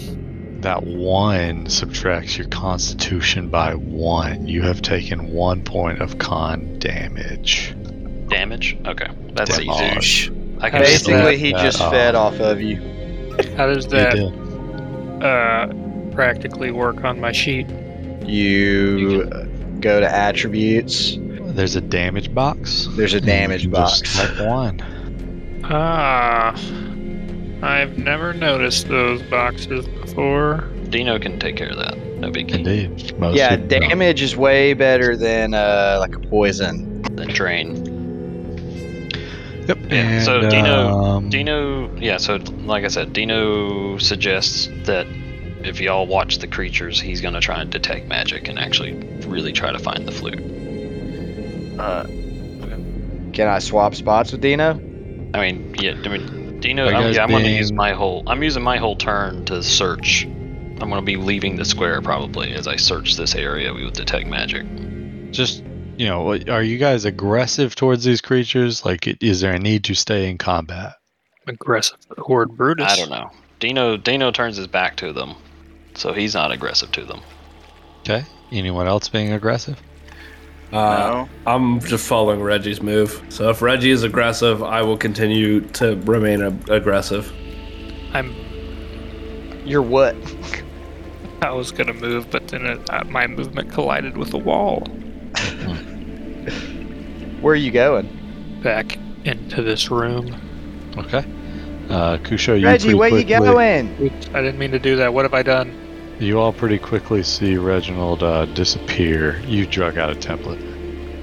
That one subtracts your constitution by one. You have taken one point of con damage. Damage? Okay, that's Damage. easy. Ouch. I can Basically, just- Basically, he that just off. fed off of you. How does You that did. uh, practically work on my sheet? You uh, go to attributes. There's a damage box. There's a damage You can Hmm. just box. select one. Ah, I've never noticed those boxes before. Dino can take care of that. No biggie. Indeed. Most yeah, people don't. damage is way better than uh, like a poison. Then drain. Yep. Yeah, so Dino- um, Dino, yeah, so like I said, Dino suggests that if y'all watch the creatures, he's going to try and detect magic and actually really try to find the flute. Uh, Can I swap spots with Dino? I mean, yeah, I mean, Dino, Are you I'm, guys yeah, I'm going to use being- my whole, I'm using my whole turn to search. I'm going to be leaving the square probably as I search this area with detect magic. just you know, what- are you guys aggressive towards these creatures? Like, i- is there a need to stay in combat? Aggressive horde Brutus. I don't know. Dino, Dino turns his back to them, so he's not aggressive to them. Okay. Anyone else being aggressive? Uh, no. I'm just following Reggie's move. So if Reggie is aggressive, I will continue to remain ag- aggressive. I'm. You're what? I was gonna move, but then it, uh, my movement collided with the wall. Where are you going? Back into this room. Okay. Uh, Kusho, you Reggie, pretty where you quickly- going? Oops, I didn't mean to do that. What have I done? You all pretty quickly see Reginald uh, disappear. You drug out a template.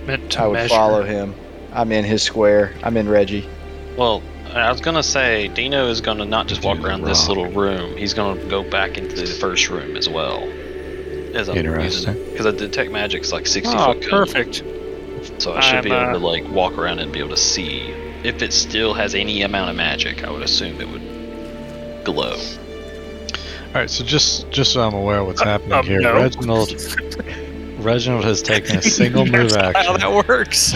Meant to I would measure. follow him. I'm in his square. I'm in Reggie. Well, I was gonna say Dino is gonna not just walk Dino around this Rock. little room. He's gonna go back into the first room as well. As I'm Interesting. Because the detect magic's like sixty Oh, foot cone, perfect. so I should be I'm, able to like walk around and be able to see if it still has any amount of magic. I would assume it would glow. All right. So just just so I'm aware of what's Uh, happening um, here, no. Reginald Reginald has taken a single move That's how action. that works.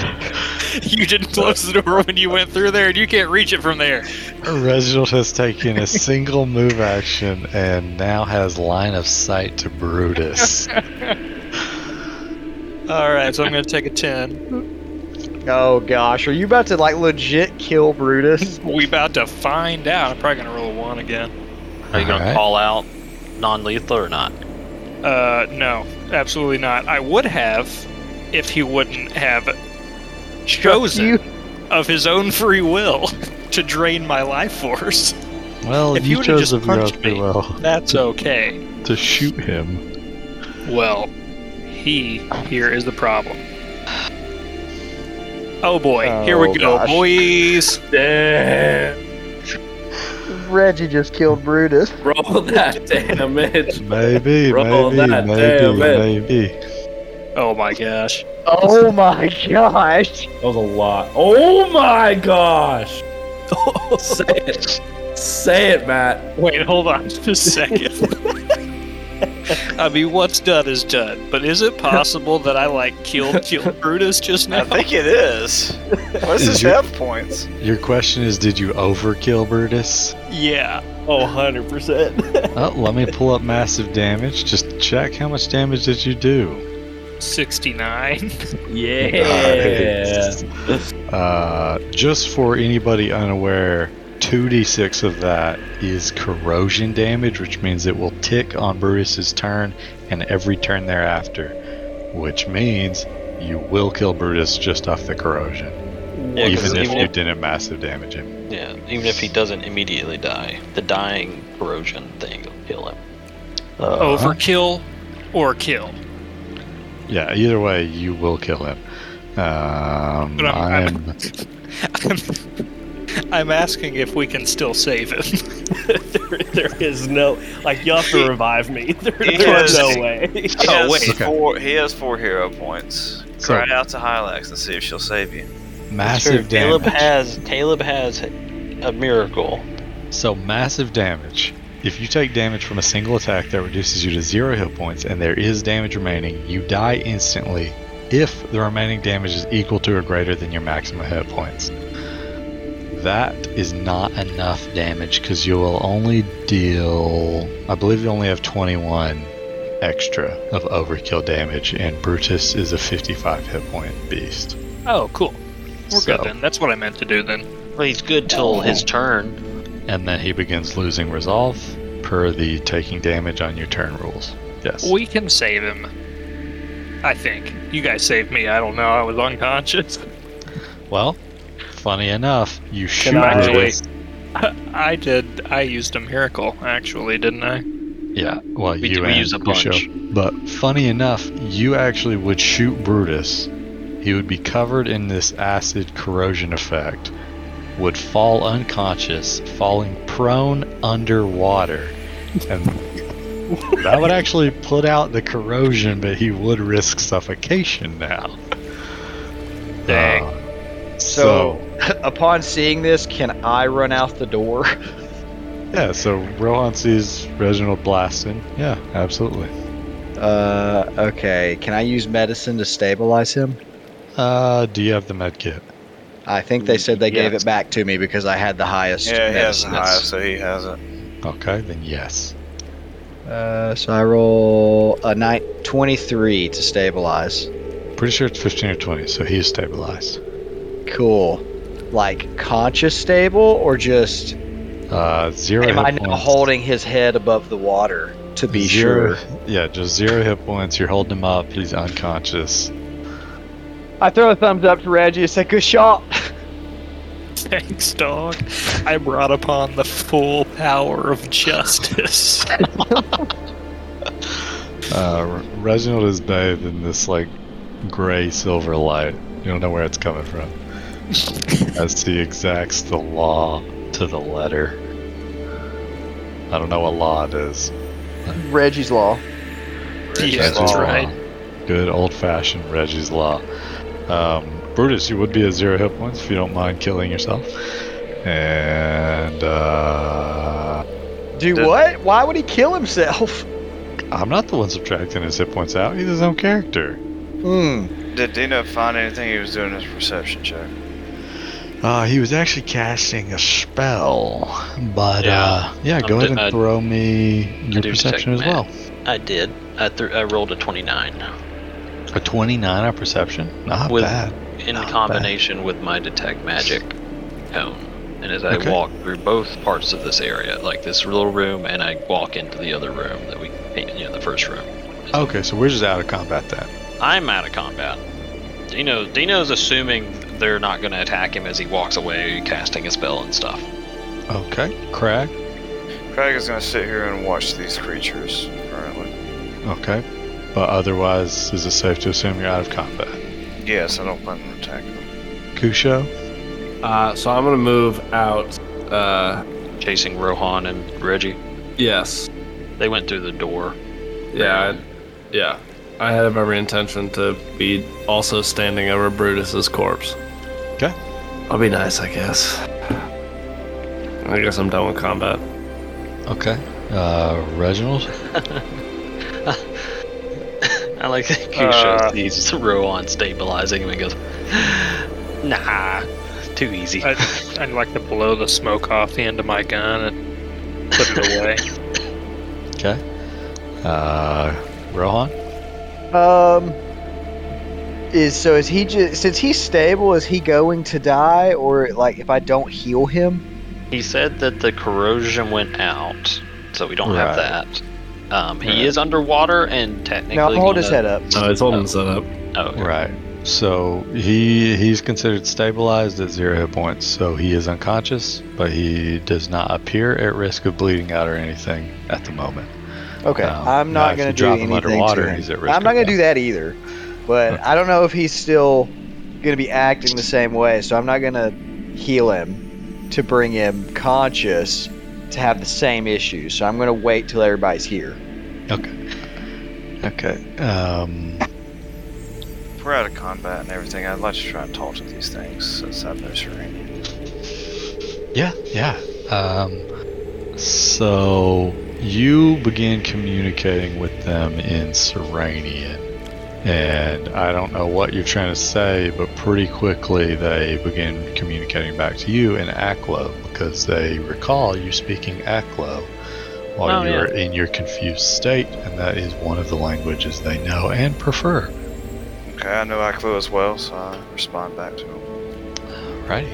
you didn't close the door when you went through there, and you can't reach it from there. Reginald has taken a single move action and now has line of sight to Brutus. All right, so I'm gonna take a ten. Oh gosh, are you about to like legit kill Brutus? We about to find out. I'm probably gonna roll a one again. Are you gonna Alright. call out non-lethal or not? Uh, no, absolutely not. I would have if he wouldn't have chosen you. of his own free will to drain my life force. Well, If you you would've chose just of your own punched free me. will That's okay. to shoot him. Well, he here is the problem. Oh boy, here Oh, we go, gosh. boys. Reggie just killed Brutus. Roll that damage. Maybe, Roll maybe, that maybe, damage. maybe. Oh my gosh. Oh my gosh. That was a lot. Oh my gosh! Say it. Say it, Matt. Wait, hold on just a second. I mean, what's done is done, but is it possible that I like killed killed Brutus just I now? think it is. What's Is his your- health points? Your question is, did you overkill Brutus? Yeah. Oh, 100%. Oh, let me pull up massive damage. Just check how much damage did you do. 69. Yeah. Uh, just for anybody unaware, 2d6 of that is corrosion damage, which means it will tick on Brutus's turn and every turn thereafter, which means you will kill Brutus just off the corrosion, Yeah, 'cause even if even you if- didn't massive damage him. Yeah, even if he doesn't immediately die, the dying corrosion thing will kill him. Oh, Uh-huh. Overkill or kill. Yeah, either way, you will kill him. Um, But I'm- I'm- I'm I'm asking if we can still save him. there, there is no. Like, you have to revive me. There, Yes. there's no way. He Oh, has wait. Okay. Four, he has four hero points. So- Cry out to Hylax and see if she'll save you. massive Caleb damage. has Caleb has a miracle. So massive damage. If you take damage from a single attack that reduces you to zero hit points and there is damage remaining, you die instantly if the remaining damage is equal to or greater than your maximum hit points. That is not enough damage because you will only deal. I believe you only have 21 extra of overkill damage, and Brutus is a 55 hit point beast. Oh, cool. We're So- good then. That's what I meant to do then. Well, he's good till his turn. And then he begins losing resolve per the taking damage on your turn rules. Yes. We can save him. I think. You guys saved me. I don't know. I was unconscious. Well, funny enough, you shoot I Brutus. actually- I did. I used a miracle, actually, didn't I? Yeah, well, We- you we and use a Cusho. bunch. But funny enough, you actually would shoot Brutus. He would be covered in this acid corrosion effect, would fall unconscious, falling prone underwater. And that would actually put out the corrosion, but he would risk suffocation now. Dang. Uh, So, upon seeing this, can I run out the door? Yeah, so Rohan sees Reginald blasting. Yeah, absolutely. Uh, okay. Can I use medicine to stabilize him? Uh, do you have the med kit? I think they said they gave Yes. it back to me because I had the highest. Yeah, he has the medicine. hive, so he has it. Okay, then yes. Uh, so I roll a nine, 23 to stabilize. Pretty sure it's 15 or 20, so he's stabilized. Cool. Like conscious stable or just Uh, zero am hit I points. now holding his head above the water to be zero, sure? Yeah, just zero hit points. You're holding him up. He's unconscious. I throw a thumbs up to Reggie and say, "Good shot." Thanks, dog. I brought upon the full power of justice. Uh, Re- Reginald is bathed in this, like, gray silver light. You don't know where it's coming from. As he exacts the law to the letter. I don't know what law it is. Reggie's law. yeah, that's law. right. uh, Good old fashioned Reggie's Law. Um, Brutus, you would be at zero hit points if you don't mind killing yourself. And uh, Do Does- what? Why would he kill himself? I'm not the one subtracting his hit points out. He's his own character. Hmm. Did Dino find anything he was doing his perception check? Uh, he was actually casting a spell. But Yeah. uh, yeah, I'm go d- ahead and I- throw me do your detect perception as magic. well. I did. I, threw I rolled a 29 A 29 on perception? Not With- bad. in Not bad. combination with my detect magic cone. And as I Okay. walk through both parts of this area, like this little room, and I walk into the other room that we painted, you know, the first room. Okay, so we're just out of combat then. I'm out of combat. Dino Dino's assuming they're not going to attack him as he walks away, casting a spell and stuff. Okay, Crag. Craig is going to sit here and watch these creatures currently. Okay. But otherwise, is it safe to assume you're out of combat? Yes, I don't plan on attacking them. Kusho? Uh, so I'm gonna move out. Uh, Chasing Rohan and Reggie. yes. They went through the door. Yeah. I, yeah. I had every intention to be also standing over Brutus's corpse. Okay. I'll be nice, I guess. I guess I'm done with combat. Okay. Uh, Reginald? I like that Uh, Kusho sees Rohan stabilizing him and goes, Nah, too easy. I'd, I'd like to blow the smoke off the end of my gun and put it away. Okay. Uh, Rohan? Um. Is so? Is he just since he's stable? Is he going to die, or like if I don't heal him? He said that the corrosion went out, so we don't have Right. that. Um, he is underwater and technically. No, hold his gonna- head up. No, it's holding set up. Oh, okay. Right. So he he's considered stabilized at zero hit points, so he is unconscious, but he does not appear at risk of bleeding out or anything at the moment. Okay, Um, I'm now not if going you to do drop him anything underwater, to him. he's at risk I'm not of going to death. do that either. But I don't know if he's still going to be acting the same way, so I'm not going to heal him to bring him conscious to have the same issue. So I'm going to wait till everybody's here. Okay. Um, If we're out of combat and everything, I'd like to try and talk to these things since I've no Serenian. yeah, yeah. Um, so you begin communicating with them in Serenian. And I don't know what you're trying to say, but pretty quickly they begin communicating back to you in Aklo because they recall you speaking Aklo while Oh, you yeah. are in your confused state, and that is one of the languages they know and prefer. Okay, I know Aklo as well, so I respond back to him. Right?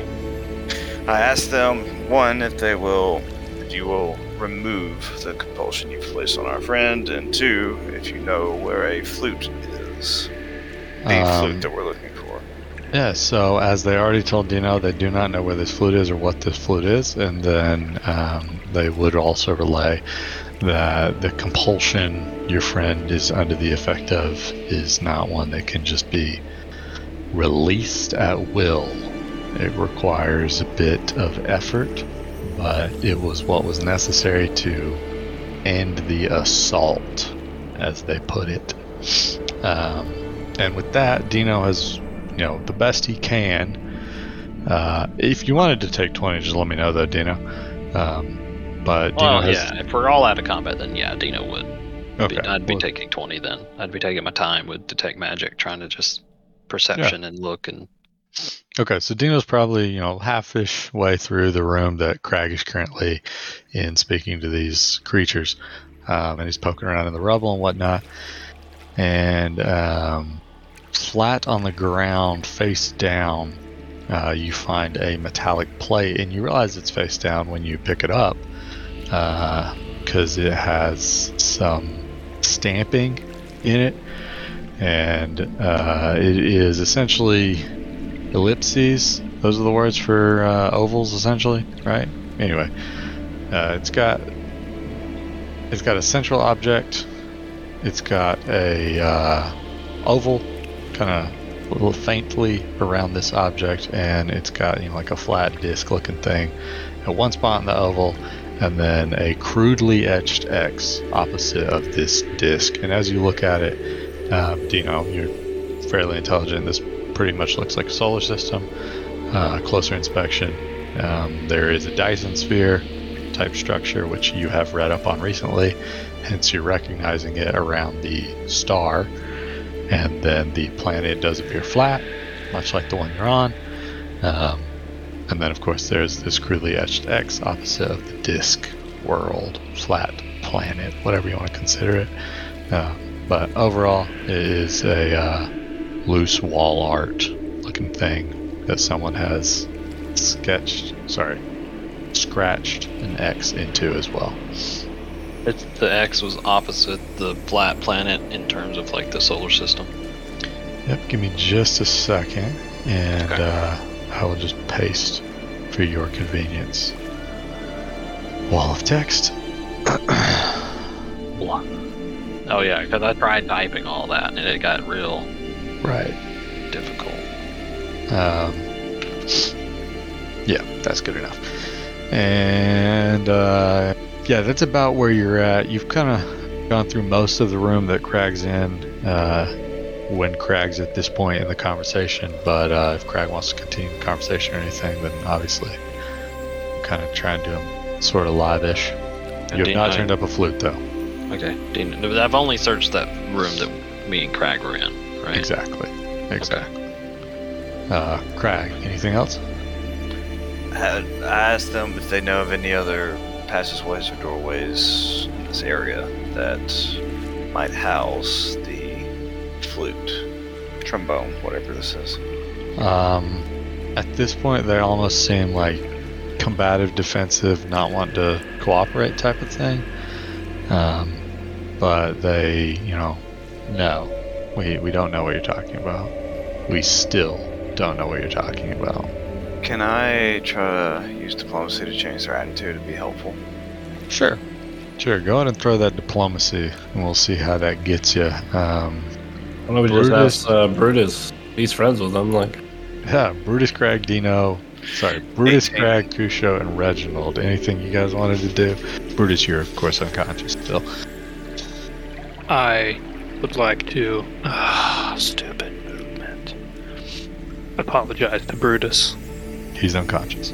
I ask them, one, if they will, if you will remove the compulsion you placed on our friend, and two, if you know where a flute is. The flute that we're looking for. Yeah, so as they already told Dino, they do not know where this flute is or what this flute is, and then um, they would also relay that the compulsion your friend is under the effect of is not one that can just be released at will. It requires a bit of effort, but it was what was necessary to end the assault, as they put it. Um, and with that, Dino has, you know, the best he can. Uh, if you wanted to take 20, just let me know, though, Dino. Um, but Dino well, has. yeah. If we're all out of combat, then yeah, Dino would. Be, Okay. I'd be well, taking 20 then. I'd be taking my time with detect magic, trying to just perception and look and Okay, so Dino's probably, you know, half-ish way through the room that Crag is currently in speaking to these creatures. Um, and he's poking around in the rubble and whatnot. And um, flat on the ground, face down, uh, you find a metallic plate. And you realize it's face down when you pick it up because it has some stamping in it. And uh, it is essentially ellipses. Those are the words for uh, ovals, essentially, right? Anyway, uh, it's got it's got a central object. It's got a uh, oval, kind of little faintly around this object, and it's got you know like a flat disc-looking thing at one spot in the oval, and then a crudely etched X opposite of this disc. And as you look at it, um, Dino, you're fairly intelligent. This pretty much looks like a solar system. Uh, closer inspection, um, there is a Dyson sphere type structure which you have read up on recently, hence you're recognizing it around the star. And then the planet does appear flat, much like the one you're on. Um, and then, of course, there's this crudely etched X opposite of the disk world, flat planet, whatever you want to consider it. Uh, but overall, it is a uh, loose wall art looking thing that someone has sketched, sorry, scratched an X into as well. It's, the X was opposite the flat planet in terms of like the solar system. Yep, give me just a second, and uh, I will just paste for your convenience. Wall of text. Blah. Oh yeah, because I tried typing all that and it got real Right. difficult. Um, yeah, that's good enough. And uh, yeah, that's about where you're at. You've kind of gone through most of the room that Crag's in uh, when Crag's at this point in the conversation. But uh, if Crag wants to continue the conversation or anything, then obviously I'm kind of trying to do him sort of live ish. You have Dean, not I- turned up a flute, though. Okay, Dean, I've only searched that room that me and Crag were in, right? Exactly. Exactly. Uh, Crag, anything else? I I asked them if they know of any other passageways or doorways in this area that might house the flute, trombone, whatever this is. Um, at this point, they almost seem like combative, defensive, not want to cooperate type of thing. Um, but they, you know, no, we we don't know what you're talking about. We still don't know what you're talking about. Can I try to use diplomacy to change their attitude and be helpful? Sure. Sure, go ahead and throw that diplomacy, and we'll see how that gets you. Um, Why don't we just Brutus- ask uh, Brutus? He's friends with them. Like, Yeah, Brutus Crag, Dino. Sorry, Brutus Eighteen. Crag, Kusho, and Reginald. Anything you guys wanted to do? Brutus, you're of course unconscious still. I would like to. Ah, stupid movement. Apologize to Brutus. He's unconscious.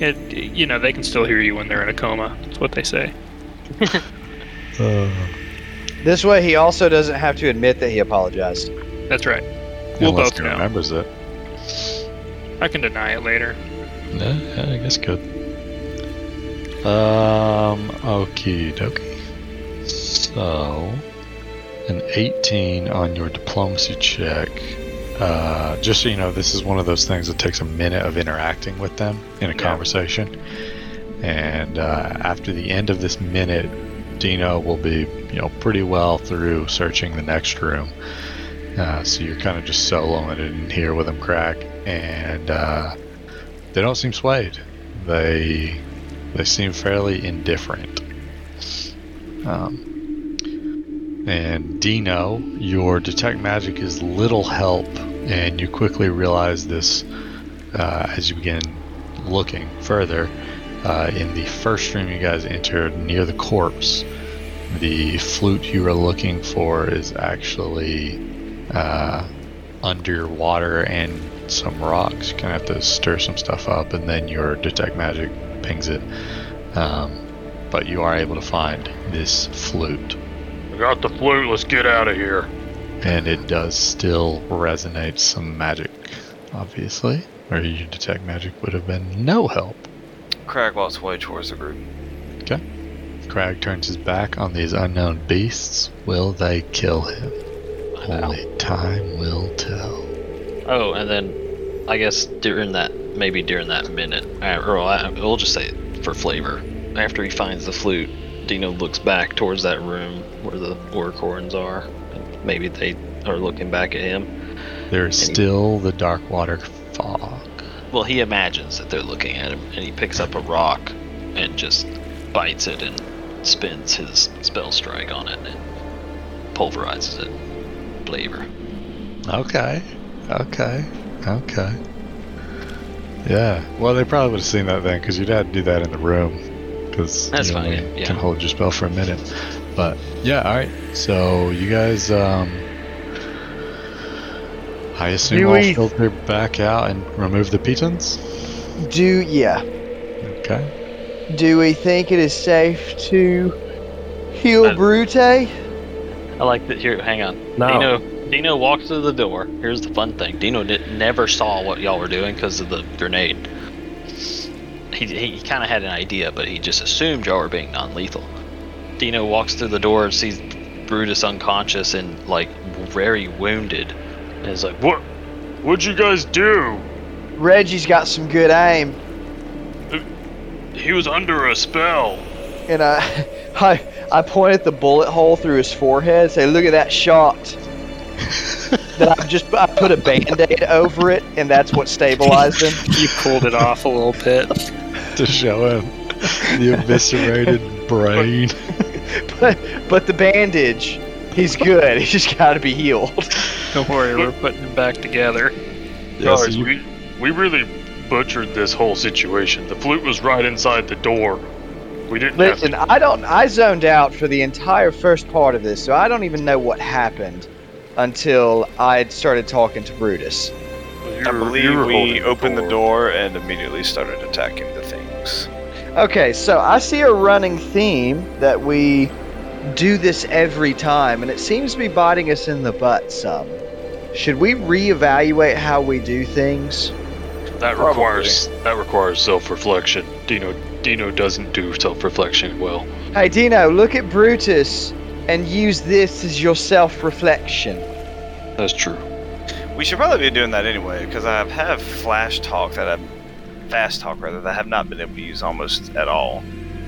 It, you know, they can still hear you when they're in a coma. That's what they say. This way, he also doesn't have to admit that he apologized. That's right. We'll Unless both he know. remembers it. I can deny it later. Yeah, yeah, I guess good. Um, okie dokie. So, an 18 on your diplomacy check. Uh, just so you know, this is one of those things that takes a minute of interacting with them in a conversation. And uh, after the end of this minute, Dino will be, you know, pretty well through searching the next room. Uh, so you're kind of just soloing it in here with him, crack, and uh, they don't seem swayed. They they seem fairly indifferent. Um, and Dino, your detect magic is little help, and you quickly realize this uh, as you begin looking further. Uh, in the first room you guys entered, near the corpse, the flute you were looking for is actually uh, underwater and some rocks. You kind of have to stir some stuff up, and then your detect magic pings it. Um, but you are able to find this flute, I got the flute. Let's get out of here. and it does still resonate some magic, obviously. Or your detect magic would have been no help. Crag walks way towards the group. Okay. Crag turns his back on these unknown beasts. Will they kill him? Only time will tell. Oh, and then I guess during that, maybe during that minute, uh, or I, we'll just say it for flavor. After he finds the flute, Dino looks back towards that room where the orc horns are. And maybe they are looking back at him. There is still the dark water fog. Well, he imagines that they're looking at him, and he picks up a rock and just bites it and spins his spell strike on it and pulverizes it. Flavor. Okay. Okay. Okay. Yeah. Well, they probably would have seen that then, because you'd had to do that in the room, because That's you fine, only yeah. can hold your spell for a minute. But yeah, all right. So you guys, um, I assume Do we'll we- filter back out and remove the pitons. Do yeah. Okay. Do we think it is safe to heal Brute? I like that. Here, hang on. No. Dino, Dino walks through the door. Here's the fun thing. Dino did, never saw what y'all were doing because of the grenade. He, he kind of had an idea, but he just assumed y'all were being non-lethal. Dino walks through the door and sees Brutus unconscious and like very wounded, and is like, What? What'd you guys do? Reggie's got some good aim, He was under a spell. and I, I, I point at the bullet hole through his forehead. And say, look at that shot. that I just I put a band-aid over it, and that's what stabilized him. You pulled it off a little bit. To show him the eviscerated brain. But, but the bandage, he's good. He's just got to be healed. Don't worry, we're putting it back together. Yeah, so guys, you- we we really butchered this whole situation. The flute was right inside the door. We didn't have Listen, I don't. I zoned out for the entire first part of this, so I don't even know what happened until I started talking to Brutus. I believe we opened the door door. and immediately started attacking the things. Okay, so I see a running theme that we do this every time, and it seems to be biting us in the butt some. Should we reevaluate how we do things? That Probably. requires that requires self-reflection. Dino Dino doesn't do self-reflection well. Hey, Dino, look at Brutus and use this as your self reflection. "That's true." We should probably be doing that anyway because I have flash talk that I, fast talk rather that I have not been able to use almost at all.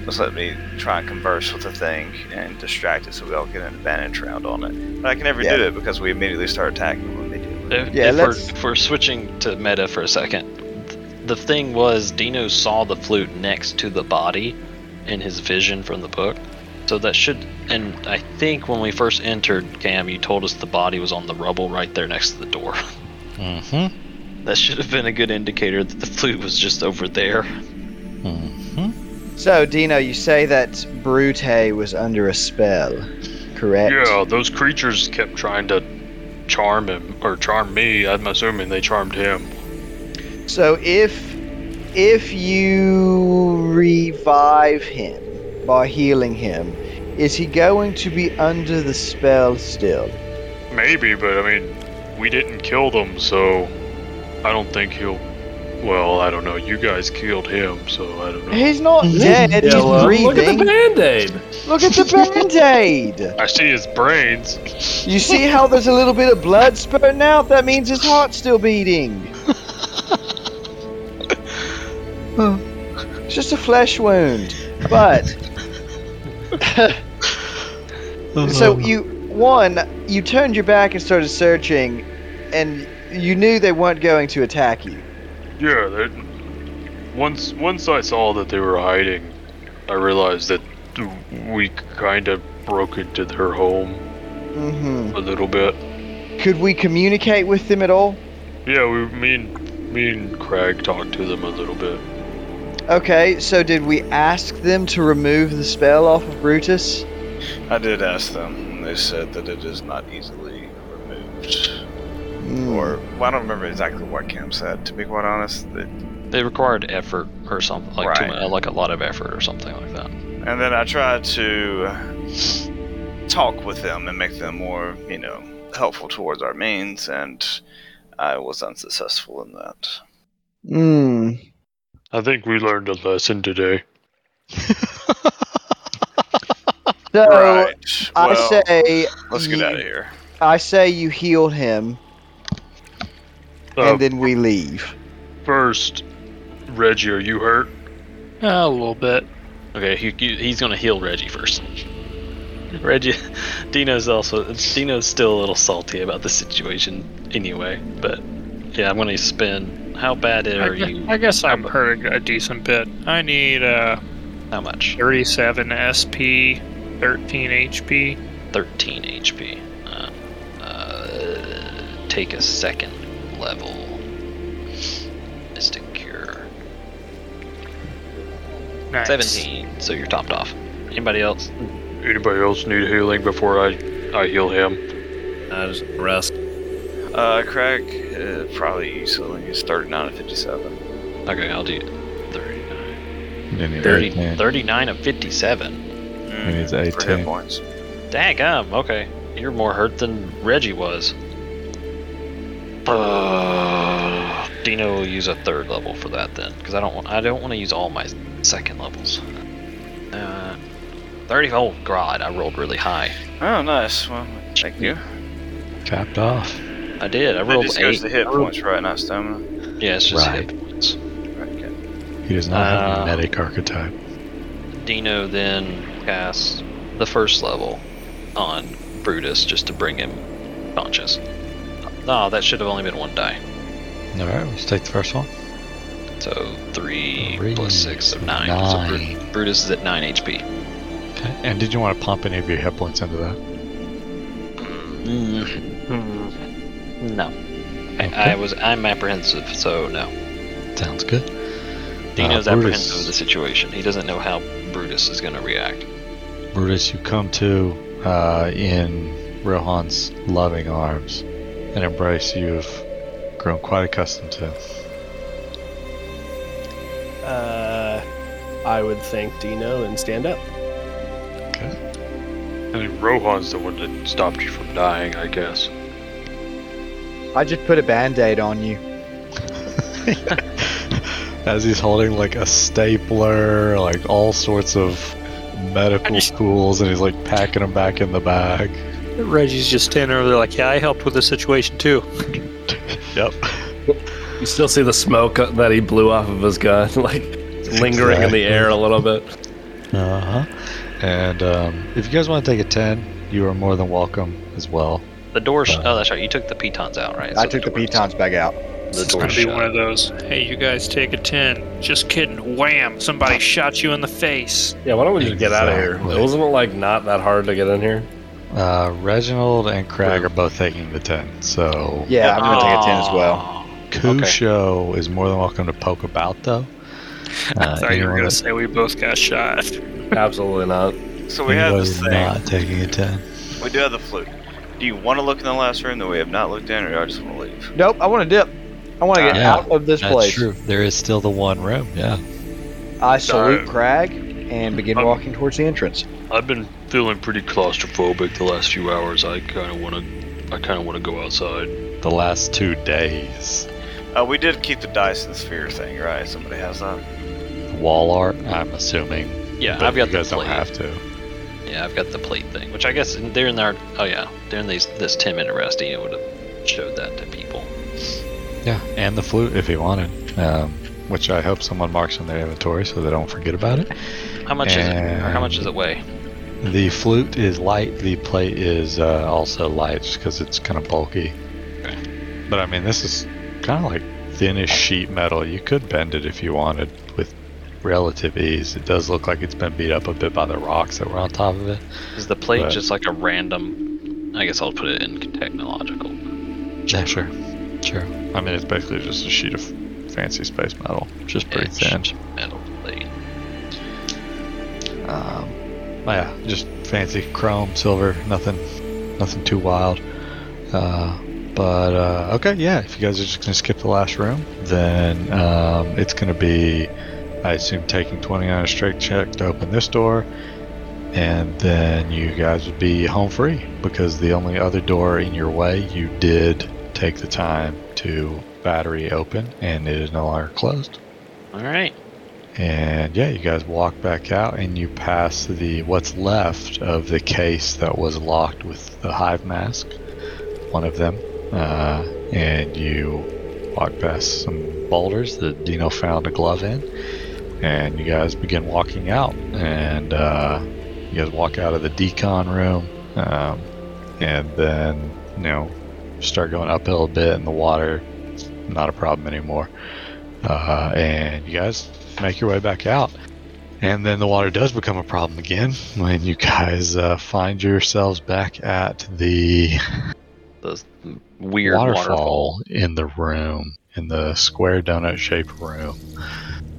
Just let me try and converse with the thing and distract it so we all get an advantage round on it. But I can never Yeah. do it because we immediately start attacking them immediately. If, Yeah, if we're, let's- if we're switching to meta for a second, th- the thing was Dino saw the flute next to the body in his vision from the book. So that should, and I think when we first entered, Cam, you told us the body was on the rubble right there next to the door. Mm-hmm. That should have been a good indicator that the flute was just over there. Mm-hmm. So, Dino, you say that Brute was under a spell, correct? Yeah, those creatures kept trying to charm him or charm me. I'm assuming they charmed him. So if if you revive him by healing him, is he going to be under the spell still? Maybe, but I mean, we didn't kill them, so I don't think he'll. Well, I don't know. You guys killed him, so I don't know. He's not dead, he's well, look at the breathing. band-aid. Look at the band-aid. I see his brains. You see how there's a little bit of blood spurting out? That means his heart's still beating. It's just a flesh wound. But So you one, you turned your back and started searching, and you knew they weren't going to attack you. Yeah, they once once I saw that they were hiding, I realized that we kind of broke into their home Mm-hmm. a little bit. Could we communicate with them at all? Yeah, we me and me and Craig talked to them a little bit. Okay, so did we ask them to remove the spell off of Brutus? I did ask them, and they said that it is not easily removed. Mm. Or, well, I don't remember exactly what Cam said, to be quite honest. It- They required effort or something, like too Right. mu- like a lot of effort or something like that. And then I tried to talk with them and make them more, you know, helpful towards our means, and I was unsuccessful in that. Mm. I think we learned a lesson today. So right. I well, say let's get out of here. I say you healed him Uh, and then we leave. first, Reggie, are you hurt? a little bit. Okay, he, he- he's gonna heal Reggie first. Reggie, Dino's also Dino's still a little salty about the situation anyway. But yeah, I'm gonna spend. How bad are I, gu- you? I guess I'm hurt a decent bit. I need uh, How much? 37 SP, 13 HP. 13 HP. Uh, uh, take a second level Mystic Cure. Nice. 17. So you're topped off. Anybody else? Anybody else need healing before I I heal him? I just rest. Uh, Craig, uh, probably easily is 39 of 57. Okay, I'll do 39. And he's 30, 18. 39 of 57. And he's Mm, For hit 18. points. Dagum. um, Okay, you're more hurt than Reggie was. Uh, Dino will use a third level for that then, because I don't want I don't want to use all my second levels. Uh, 30 oh god, I rolled really high. Oh, nice. Well, thank you. Capped off. I did. I It rolled just goes eight. to hit I rolled- points, right? Not stamina. Yeah, it's just Right. hit points. Okay. He does not have Uh, a medic archetype. Dino then casts the first level on Brutus just to bring him conscious. No, that should have only been one die. All right, let's take the first one. So three, Three E plus six of is nine. So Bru- nine. Brutus is at nine HP. Okay. And did you want to pump any of your hit points into that? No, I, I was I'm apprehensive, so no. Sounds good. Dino's Brutus. apprehensive of the situation. He doesn't know how Brutus is going to react. Brutus, you come to uh, in Rohan's loving arms, an embrace you've grown quite accustomed to. Uh, I would thank Dino and stand up. Okay. I think Rohan's the one that stopped you from dying, I guess. I just put a band-aid on you. As he's holding like a stapler, like all sorts of medical tools, and he's like packing them back in the bag. Reggie's just standing over there like, yeah, I helped with the situation too. Yep. You still see the smoke that he blew off of his gun, like lingering in the air a little bit. Uh huh. And um, if you guys want to take a 10, you are more than welcome as well. The door. Uh. Sh- oh, that's right. You took the pitons out, right? I So took the door- pitons back out. The It's door gonna be shut. one of those. Hey, you guys take a ten. Just kidding. Wham! Somebody shot you in the face. Yeah, why don't we just get out of here? Exactly. It wasn't like not that hard to get in here. Uh, Reginald and Craig are both taking the 10, so Yeah, I'm gonna take a ten as Oh. well. Kusho is more than welcome to poke about, though. Uh, I thought you anyone were gonna that- say we both got shot. Absolutely not. So we have anybody this thing. not taking a 10. We do have the flute. Do you want to look in the last room that we have not looked in, or do I just want to leave? Nope, I want to dip. I want to get Yeah, out of this place. There is still the one room, yeah. I salute Alright. Crag and begin Um, walking towards the entrance. I've been feeling pretty claustrophobic the last few hours. I kind of want to, I kind of want to go outside. The last two days. Uh, we did keep the Dyson sphere thing, right? Somebody has that. Wall art, I'm assuming. Yeah, but I've got you the guys don't plate. have to. Yeah, I've got the plate thing, which I guess they're in our. Oh yeah, during these this ten minute rest, Ian would have showed that to people. Yeah, and the flute if he wanted, um, which I hope someone marks in their inventory so they don't forget about it. How much is it? Or how much And- does it weigh? The flute is light. The plate is uh, also light, just because it's kind of bulky. But I mean, this is kind of like thinnish sheet metal. You could bend it if you wanted with relative ease. It does look like it's been beat up a bit by the rocks that were on top of it. Is the plate Right. just like a random? I guess I'll put it in technological. Yeah, sure. Sure. I mean, it's basically just a sheet of fancy space metal, which is pretty thin. metal plate. Um, yeah, just fancy chrome, silver, nothing, nothing too wild. Uh, but uh, okay, yeah. If you guys are just gonna skip the last room, then um, it's gonna be, I assume, taking 20 on a straight check to open this door, and then you guys would be home free because the only other door in your way you did take the time to battery open, and it is no longer closed. All right. And yeah, you guys walk back out and you pass the what's left of the case that was locked with the hive mask, one of them. Uh, and you walk past some boulders that Dino found a glove in. And you guys begin walking out. And uh, you guys walk out of the decon room. Um, and then, you know, start going uphill a bit in the water. Not a problem anymore uh, and you guys make your way back out. And then the water does become a problem again when you guys uh, find yourselves back at the The weird waterfall. waterfall in the room, in the square donut shaped room.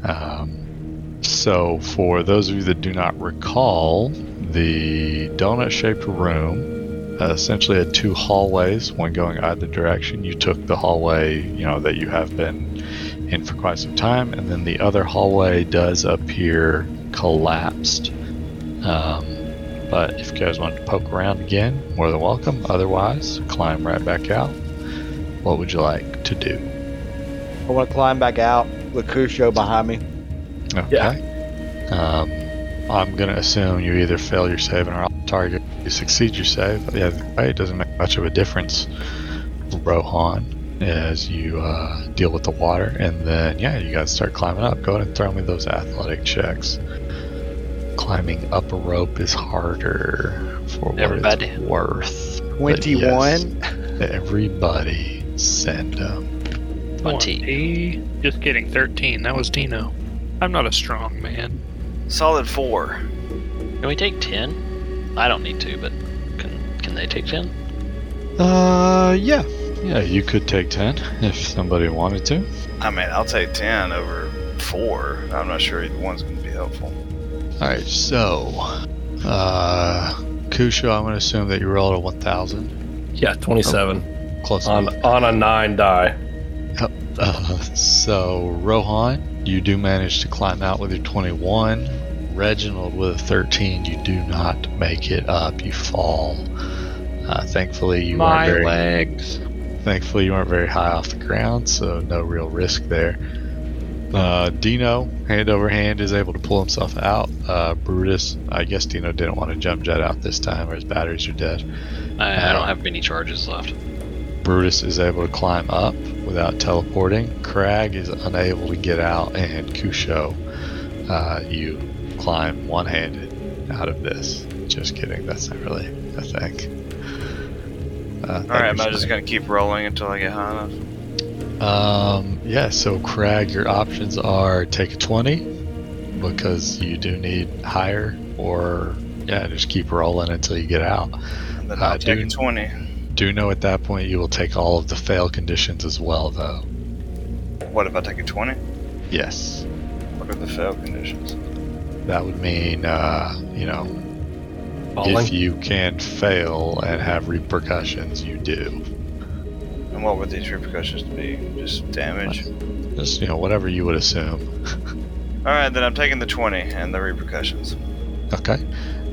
Um, so, for those of you that do not recall, the donut shaped room uh, essentially had two hallways, one going either direction. You took the hallway you know that you have been in for quite some time, and then the other hallway does appear collapsed. Um, but if you guys wanted to poke around again, more than welcome. Otherwise, climb right back out. What would you like to do? I want to climb back out. Lacuscio behind me. Okay. Um, I'm gonna assume you either fail your save and are off target. You succeed your save. Either way, it doesn't make much of a difference. Rohan, as you uh, deal with the water, and then yeah, you guys start climbing up. Go ahead and throw me those athletic checks. Climbing up a rope is harder for what Everybody. it's worth. But yes, 21. everybody, send 'em. 20. E. Just kidding, 13. That was Dino. I'm not a strong man. Solid four. Can we take ten? I don't need to, but can can they take ten? Uh, yeah. Yeah, you could take 10 if somebody wanted to. I mean, I'll take ten over four. I'm not sure either one's going to be helpful. Alright, so. Uh, Kusho, I'm going to assume that you rolled a 1000. Yeah, 27 Close Oh. on enough. on a nine die. Uh, so, Rohan, you do manage to climb out with your 21. Reginald with a 13, you do not make it up. You fall. Uh, thankfully, you My weren't very legs. Thankfully, you weren't very high off the ground, so no real risk there. Uh, Dino, hand over hand, is able to pull himself out. Uh, Brutus, I guess Dino didn't want to jump jet out this time, or his batteries are dead. I, I don't have many charges left. Brutus is able to climb up without teleporting. Crag is unable to get out, and Kusho, uh, you climb one handed out of this. Just kidding, that's not really a thing. Uh, All right, thank am you, I just going to keep rolling until I get high enough? Um, yeah, so Crag, your options are take a 20 because you do need higher, or yeah, just keep rolling until you get out. And then Uh, I'll take a dude. twenty. Do know at that point you will take all of the fail conditions as well, though. What if I take a twenty? Yes, What are the fail conditions? that would mean, uh, you know, Oh, Falling. if you can fail and have repercussions, you do. And what would these repercussions be? Just damage. Just, you know, whatever you would assume. All right, then I'm taking the twenty and the repercussions. Okay.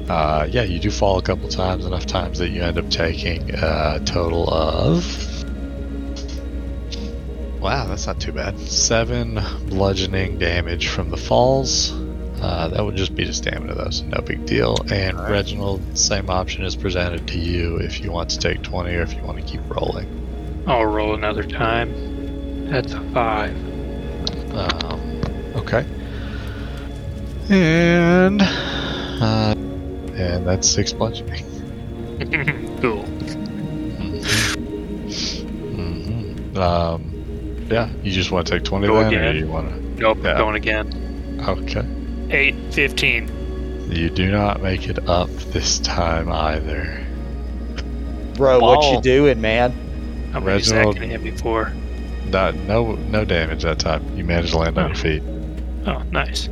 Uh, yeah, you do fall a couple times, enough times that you end up taking a total of. Wow, that's not too bad. Seven bludgeoning damage from the falls. Uh, that would just be to stamina, though, so no big deal. And Alright. Reginald, same option is presented to you if you want to take 20 or if you want to keep rolling. I'll roll another time. That's a 5. Um, okay. And. Uh, and that's six bludgeoning. cool. Mm-hmm. hmm Um, yeah, you just want to take 20 Go then, or again. Um, you want to? Nope, Yeah. going again. Okay. 8, 15. You do not make it up this time either. Bro, what Ball. you doing, man? How many is that Reginald- going to hit me for? Not, no no damage that time. You managed to land on your feet. Oh, nice.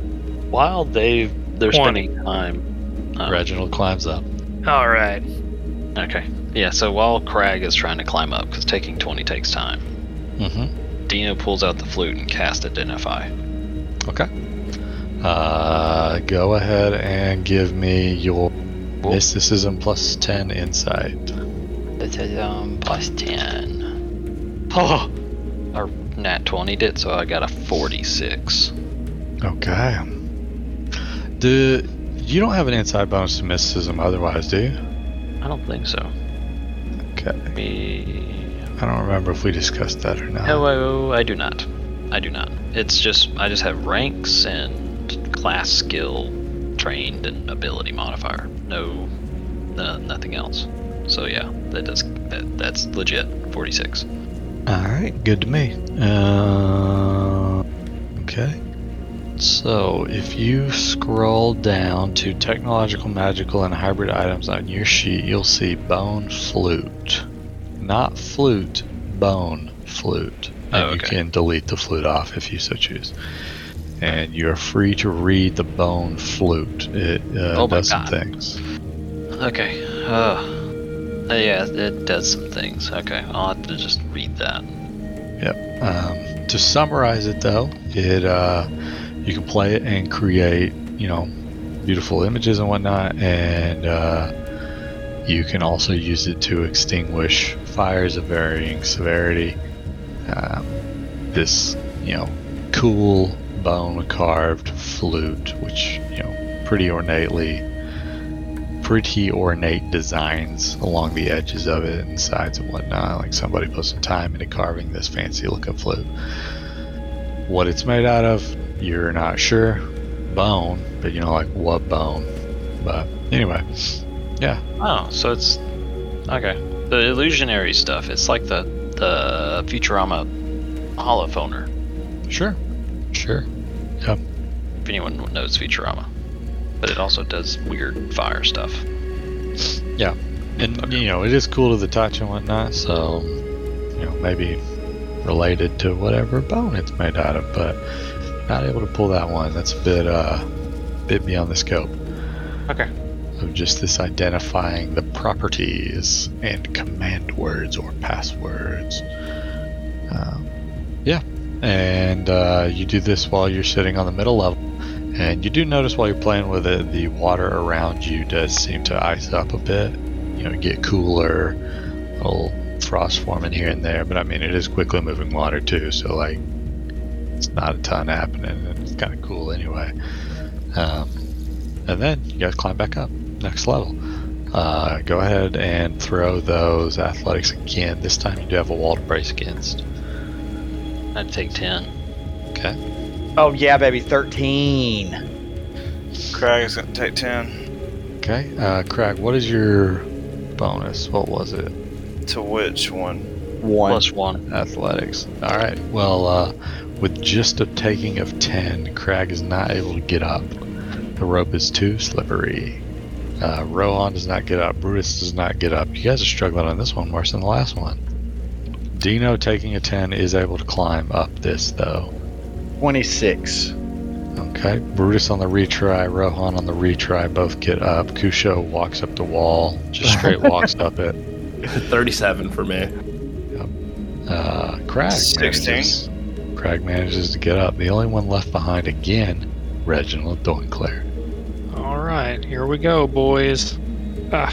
While they they're 20. spending time, um, Reginald climbs up. All right. Okay. Yeah. So while Crag is trying to climb up, because taking twenty takes time, Mm-hmm. Dino pulls out the flute and casts Identify. Okay. Uh, go ahead and give me your mysticism plus ten insight. This is um plus ten. Oh, our nat twenty did, so I got a forty-six. Okay. Do you don't have an inside bonus to mysticism otherwise, do you? I don't think so. Okay. Me. I don't remember if we discussed that or not. Hello, I do not. I do not. It's just I just have ranks and class skill, trained and ability modifier. No, no nothing else. So yeah, that does that, that's legit. Forty-six. All right, good to me. Uh, okay. So, if you scroll down to technological, magical, and hybrid items on your sheet, you'll see bone flute. Not flute, bone flute. And Oh, you okay. can delete the flute off if you so choose. And you're free to read the bone flute. It uh, Oh my does some God. things. Okay. Uh, yeah, it does some things. Okay, I'll have to just read that. Yep. Um, to summarize it, though, it uh, you can play it and create, you know, beautiful images and whatnot, and uh, you can also use it to extinguish fires of varying severity. Um, this, you know, cool bone-carved flute, which you know, pretty ornately, pretty ornate designs along the edges of it and sides and whatnot. Like somebody put some time into carving this fancy-looking flute. What it's made out of, you're not sure. Bone, but you know, like what bone? But anyway, yeah, Oh, so it's okay. The illusionary stuff. It's like the the Futurama holophoner. sure, sure. If anyone knows Futurama, but it also does weird fire stuff. Yeah, and you know it is cool to the touch and whatnot, so you know maybe related to whatever bone it's made out of, but not able to pull that one. That's a bit uh, bit beyond the scope. Okay. Of just this identifying the properties and command words or passwords. Um, yeah, and uh, you do this while you're sitting on the middle level. And you do notice while you're playing with it, the water around you does seem to ice up a bit. You know, get cooler, little frost forming here and there. But I mean, it is quickly moving water too, so like, it's not a ton happening, and it's kind of cool anyway. Um, and then you guys climb back up, next level. Uh, go ahead and throw those athletics again. This time you do have a wall to brace against. I'd take ten. Okay. Oh yeah, baby, thirteen. Crag is gonna take ten. Okay. Uh, Craig, what is your bonus? What was it? To which one? One. Plus one. Athletics. All right. Well, uh, with just a taking of 10, Crag is not able to get up. The rope is too slippery. Uh, Rohan does not get up. Brutus does not get up. You guys are struggling on this one worse than the last one. Dino taking a 10 is able to climb up this, though. Twenty-six. Okay. Brutus on the retry, Rohan on the retry both get up. Kusho walks up the wall, just straight walks up it. 37 for me. Uh, Crag. 16. manages- Crag manages to get up. The only one left behind again, Reginald Doinclair. All right, here we go, boys. Ah,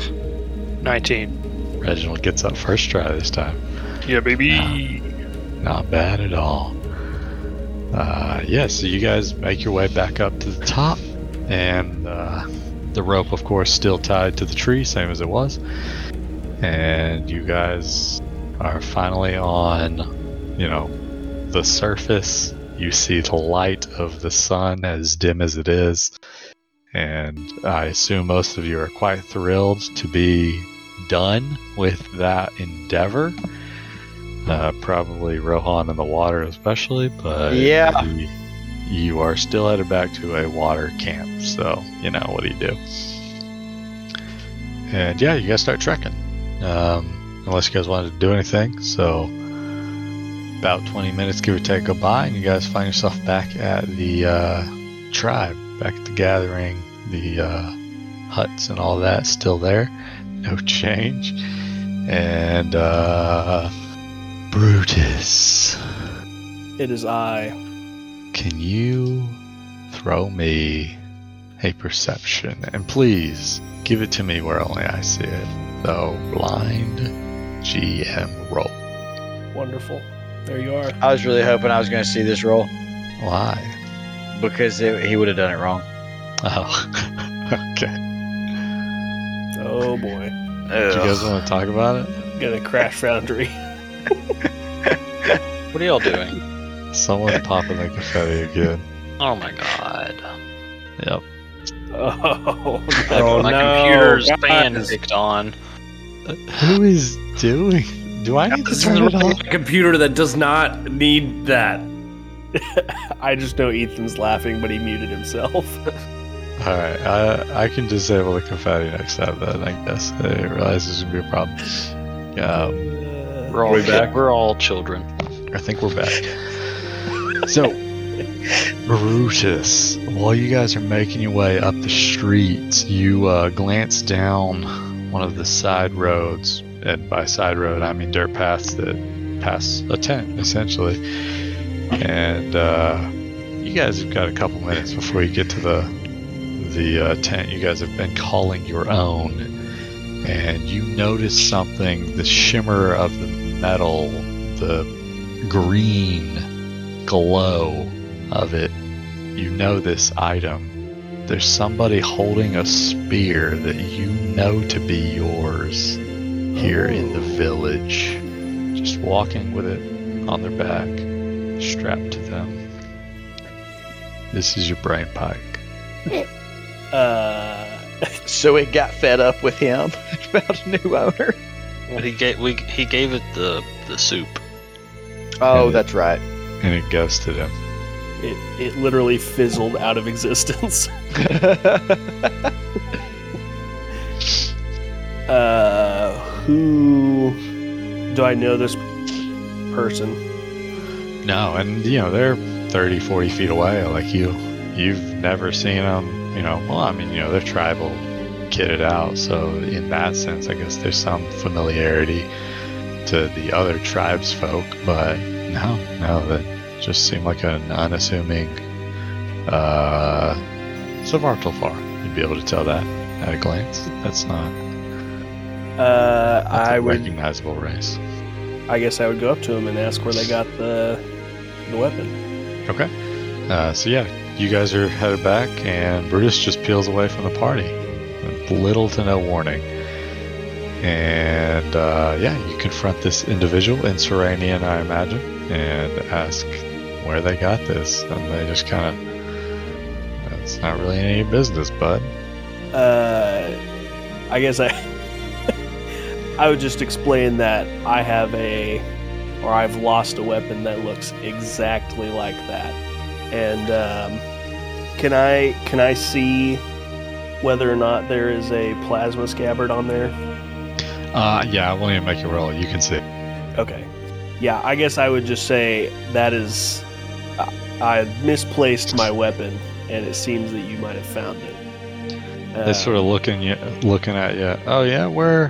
19. Reginald gets up first try this time. Yeah, baby. Not bad at all. Uh, yeah, so you guys make your way back up to the top, and uh, the rope, of course, still tied to the tree, same as it was. And you guys are finally on, you know, the surface. You see the light of the sun, as dim as it is. And I assume most of you are quite thrilled to be done with that endeavor. Uh, probably Rohan in the water, especially, but Yeah. you, you are still headed back to a water camp. So, you know, what do you do? And yeah, you guys start trekking. Um, unless you guys wanted to do anything. So, about 20 minutes, give or take, go by, and you guys find yourself back at the uh, tribe, back at the gathering, the uh, huts and all that still there. No change. And, uh, Brutus. It is I. Can you throw me a perception? And please give it to me where only I see it. So, blind GM roll. Wonderful. There you are. I was really hoping I was going to see this roll Why? because it, he would have done it wrong. Oh, okay. Oh boy. Do you guys Ugh. want to talk about it? Gonna crash foundry. What are y'all doing? Someone popping the confetti again. Oh my god. Yep. Oh, My- no. my no, computer's guys. fan is picked on. Who is doing? Do I need to This turn is it off? a computer that does not need that. I just know Ethan's laughing, but he muted himself. All right, I I can disable the confetti next time then. I guess I didn't realize this would be a problem. Um, Uh, We're all, Way back. we're all children. I think we're back. so, Brutus, while you guys are making your way up the streets, you uh, glance down one of the side roads, and by side road I mean dirt paths that pass a tent essentially. And uh, you guys have got a couple minutes before you get to the the uh, tent you guys have been calling your own, and you notice something—the shimmer of the metal, the green glow of it. You know this item. There's somebody holding a spear that you know to be yours here in the village. Just walking with it on their back, strapped to them. This is your brain pike. uh, So it got fed up with him, found a new owner. But he gave we he gave it the the soup. Oh, Yeah. that's right. And it ghosted him. it, it literally fizzled out of existence. Uh, who do I know this person? No, and you know, they're 30, 40 feet away. Like you, you've never seen them, you know. Well, I mean, you know, they're tribal, kitted out. So, in that sense, I guess there's some familiarity to the other tribes folk, but no, no, that just seemed like an unassuming, uh, Savartalfar. You'd be able to tell that at a glance. That's not Uh, that's a I would. recognizable race. I guess I would go up to him and ask where they got the the weapon. Okay. Uh, so yeah, you guys are headed back, and Brutus just peels away from the party with little to no warning. And uh, yeah, you confront this individual in Serenian, I imagine, and ask where they got this, and they just kind of. It's not really any of your business, bud. Uh, I guess I. I would just explain that I have a, or I've lost a weapon that looks exactly like that, and um, can I can I see whether or not there is a plasma scabbard on there? Uh, yeah, I won't even make you roll. You can see. Okay. Yeah, I guess I would just say that is. I, I misplaced my weapon, and it seems that you might have found it. Uh, They sort of looking you, looking at you. Oh yeah, where,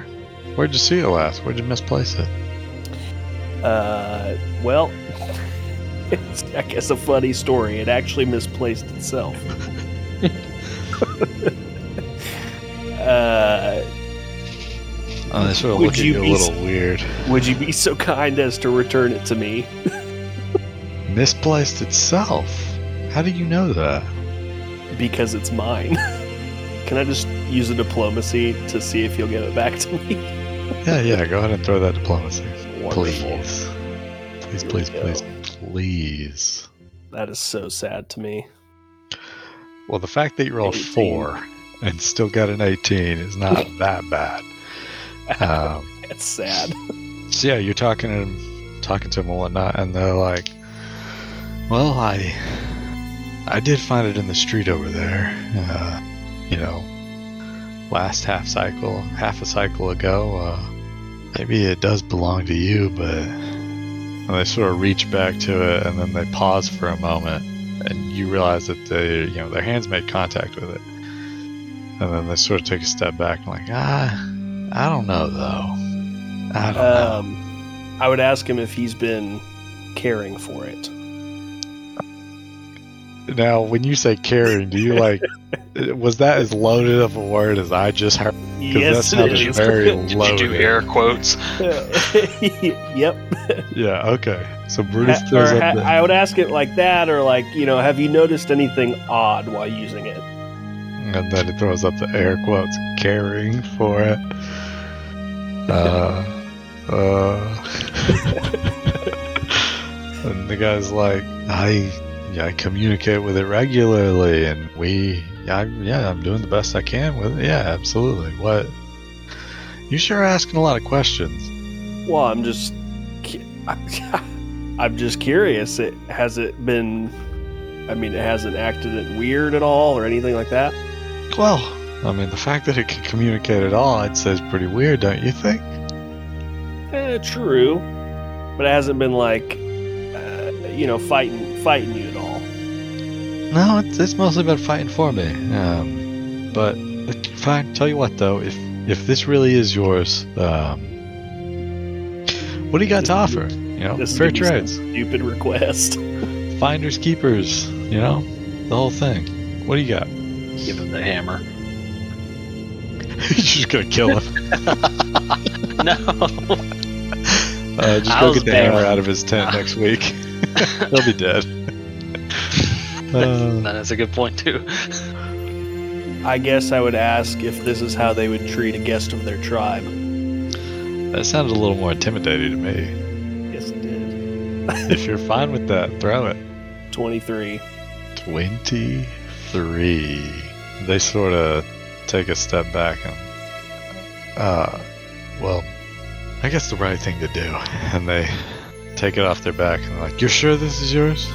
where'd you see it last? Where'd you misplace it? Uh, well, it's, I guess, a funny story. It actually misplaced itself. uh, Oh, they sort of Would look at you you a be s- little weird. would you be so kind as to return it to me? misplaced itself. How do you know that? Because it's mine. Can I just use a diplomacy to see if you'll give it back to me? Yeah, yeah, go ahead and throw that diplomacy. Wonderful. Please. Please, Here we please, please, go. please. That is so sad to me. Well, the fact that you rolled 18. four and still got an 18 is not that bad. Um, It's sad. So yeah, you're talking to him, talking to him and whatnot, and they're like, "Well, I, I did find it in the street over there. Uh, you know, last half cycle, half a cycle ago. Uh, maybe it does belong to you, but. And they sort of reach back to it, and then they pause for a moment, and you realize that they, you know, their hands made contact with it. And then they sort of take a step back and like, ah, I don't know though. I don't know. Um, I would ask him if he's been caring for it. Now, when you say caring, do you like? was that as loaded of a word as I just heard? Yes, that sounded it is. very Did you do loaded. air quotes? yep. Yeah. Okay. So Brutus Ha- throws or up. ha- the- I would ask it like that, or like you know, have you noticed anything odd while using it? and then it throws up the air quotes caring for it. Uh, uh, and the guy's like, I, yeah, I communicate with it regularly, and we, yeah, I, yeah, I'm doing the best I can with it. Yeah, absolutely. What? You sure are asking a lot of questions. Well, I'm just, cu- I'm just curious. It has it been? I mean, it hasn't acted it weird at all or anything like that. Well, I mean, the fact that it can communicate at all, I'd say, is pretty weird, don't you think? Eh, true, but it hasn't been like, uh, you know, fighting fighting you at all. No, it's, it's mostly been fighting for me. Um, but uh, fine. Tell you what, though, if if this really is yours, um, what do you got to offer? You know, This is fair gonna be some trades, Stupid request. finders keepers. You know, the whole thing. What do you got? Give him the hammer. You're just gonna kill him. No, Uh, just I go was get the hammer banned. out of his tent next week. He'll be dead. Uh, that is a good point too. I guess I would ask if this is how they would treat a guest of their tribe. that sounded a little more intimidating to me. Yes, it did. If you're fine with that, throw it. Twenty-three. 23. They sort of take a step back and, uh, well, I guess the right thing to do. And they take it off their back and, like, you're sure this is yours?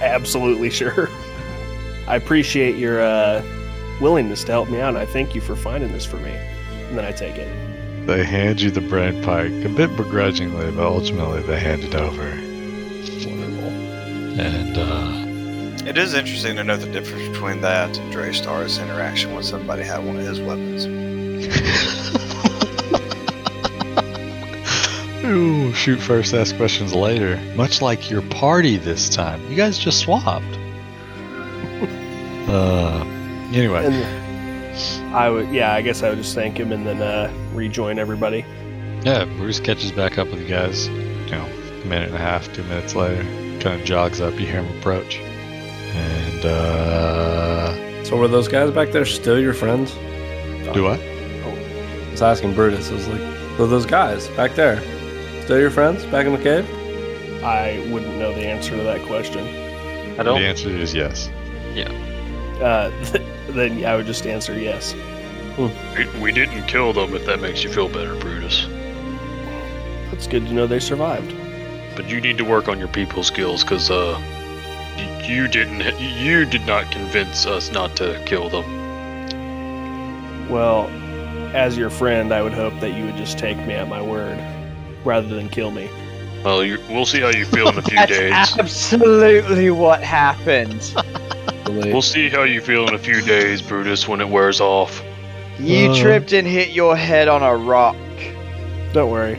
Absolutely sure. I appreciate your uh, willingness to help me out, and I thank you for finding this for me. And then I take it. They hand you the brain pike, a bit begrudgingly, but ultimately they hand it over. Wonderful. And, uh, It is interesting to note the difference between that and Draystar's interaction when somebody had one of his weapons. ooh, shoot first, ask questions later. Much like your party this time. You guys just swapped. uh, anyway. And I would, yeah, I guess I would just thank him and then uh, rejoin everybody. Yeah, Bruce catches back up with you guys, you know, a minute and a half, two minutes later. Kind of jogs up, you hear him approach. And, uh. So were those guys back there still your friends? Do I? I was asking Brutus. I was like, so those guys back there, still your friends back in the cave? I wouldn't know the answer to that question. I The don't. answer is yes. Uh, then I would just answer yes. We, we didn't kill them, if that makes you feel better, Brutus. It's good to know they survived. But you need to work on your people skills, cause uh, y- you didn't, you did not convince us not to kill them. Well, as your friend, I would hope that you would just take me at my word rather than kill me. Well, you, we'll see how you feel in a few That's days. absolutely what happened. We'll see how you feel in a few days, Brutus, when it wears off. You Uh. tripped and hit your head on a rock Don't worry.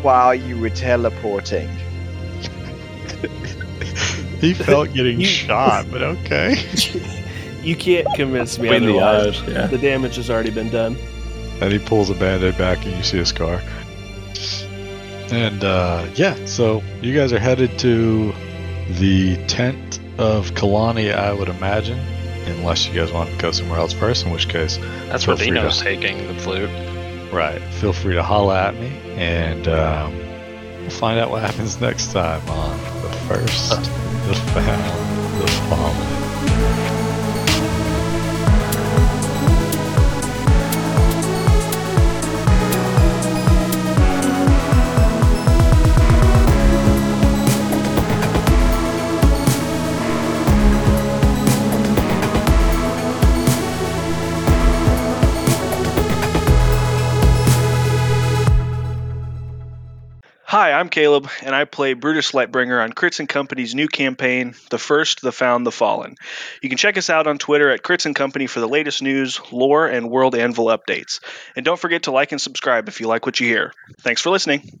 while you were teleporting. He felt getting You- shot, but okay. You can't convince me Between the otherwise. eyes, yeah. The damage has already been done. And he pulls a band aid back, and you see a scar. And, uh, yeah, so you guys are headed to the tent of Kalani, I would imagine. Unless you guys want to go somewhere else first, in which case, That's Feel what they free to- knows taking the flute. Right. Feel free to holla at me, and um, we'll find out what happens next time on the first, the found, the fallen. Hi, I'm Caleb, and I play Brutus Lightbringer on Crits and Company's new campaign, The First, The Found, The Fallen. You can check us out on Twitter at Crits and Company for the latest news, lore, and World Anvil updates. And don't forget to like and subscribe if you like what you hear. Thanks for listening.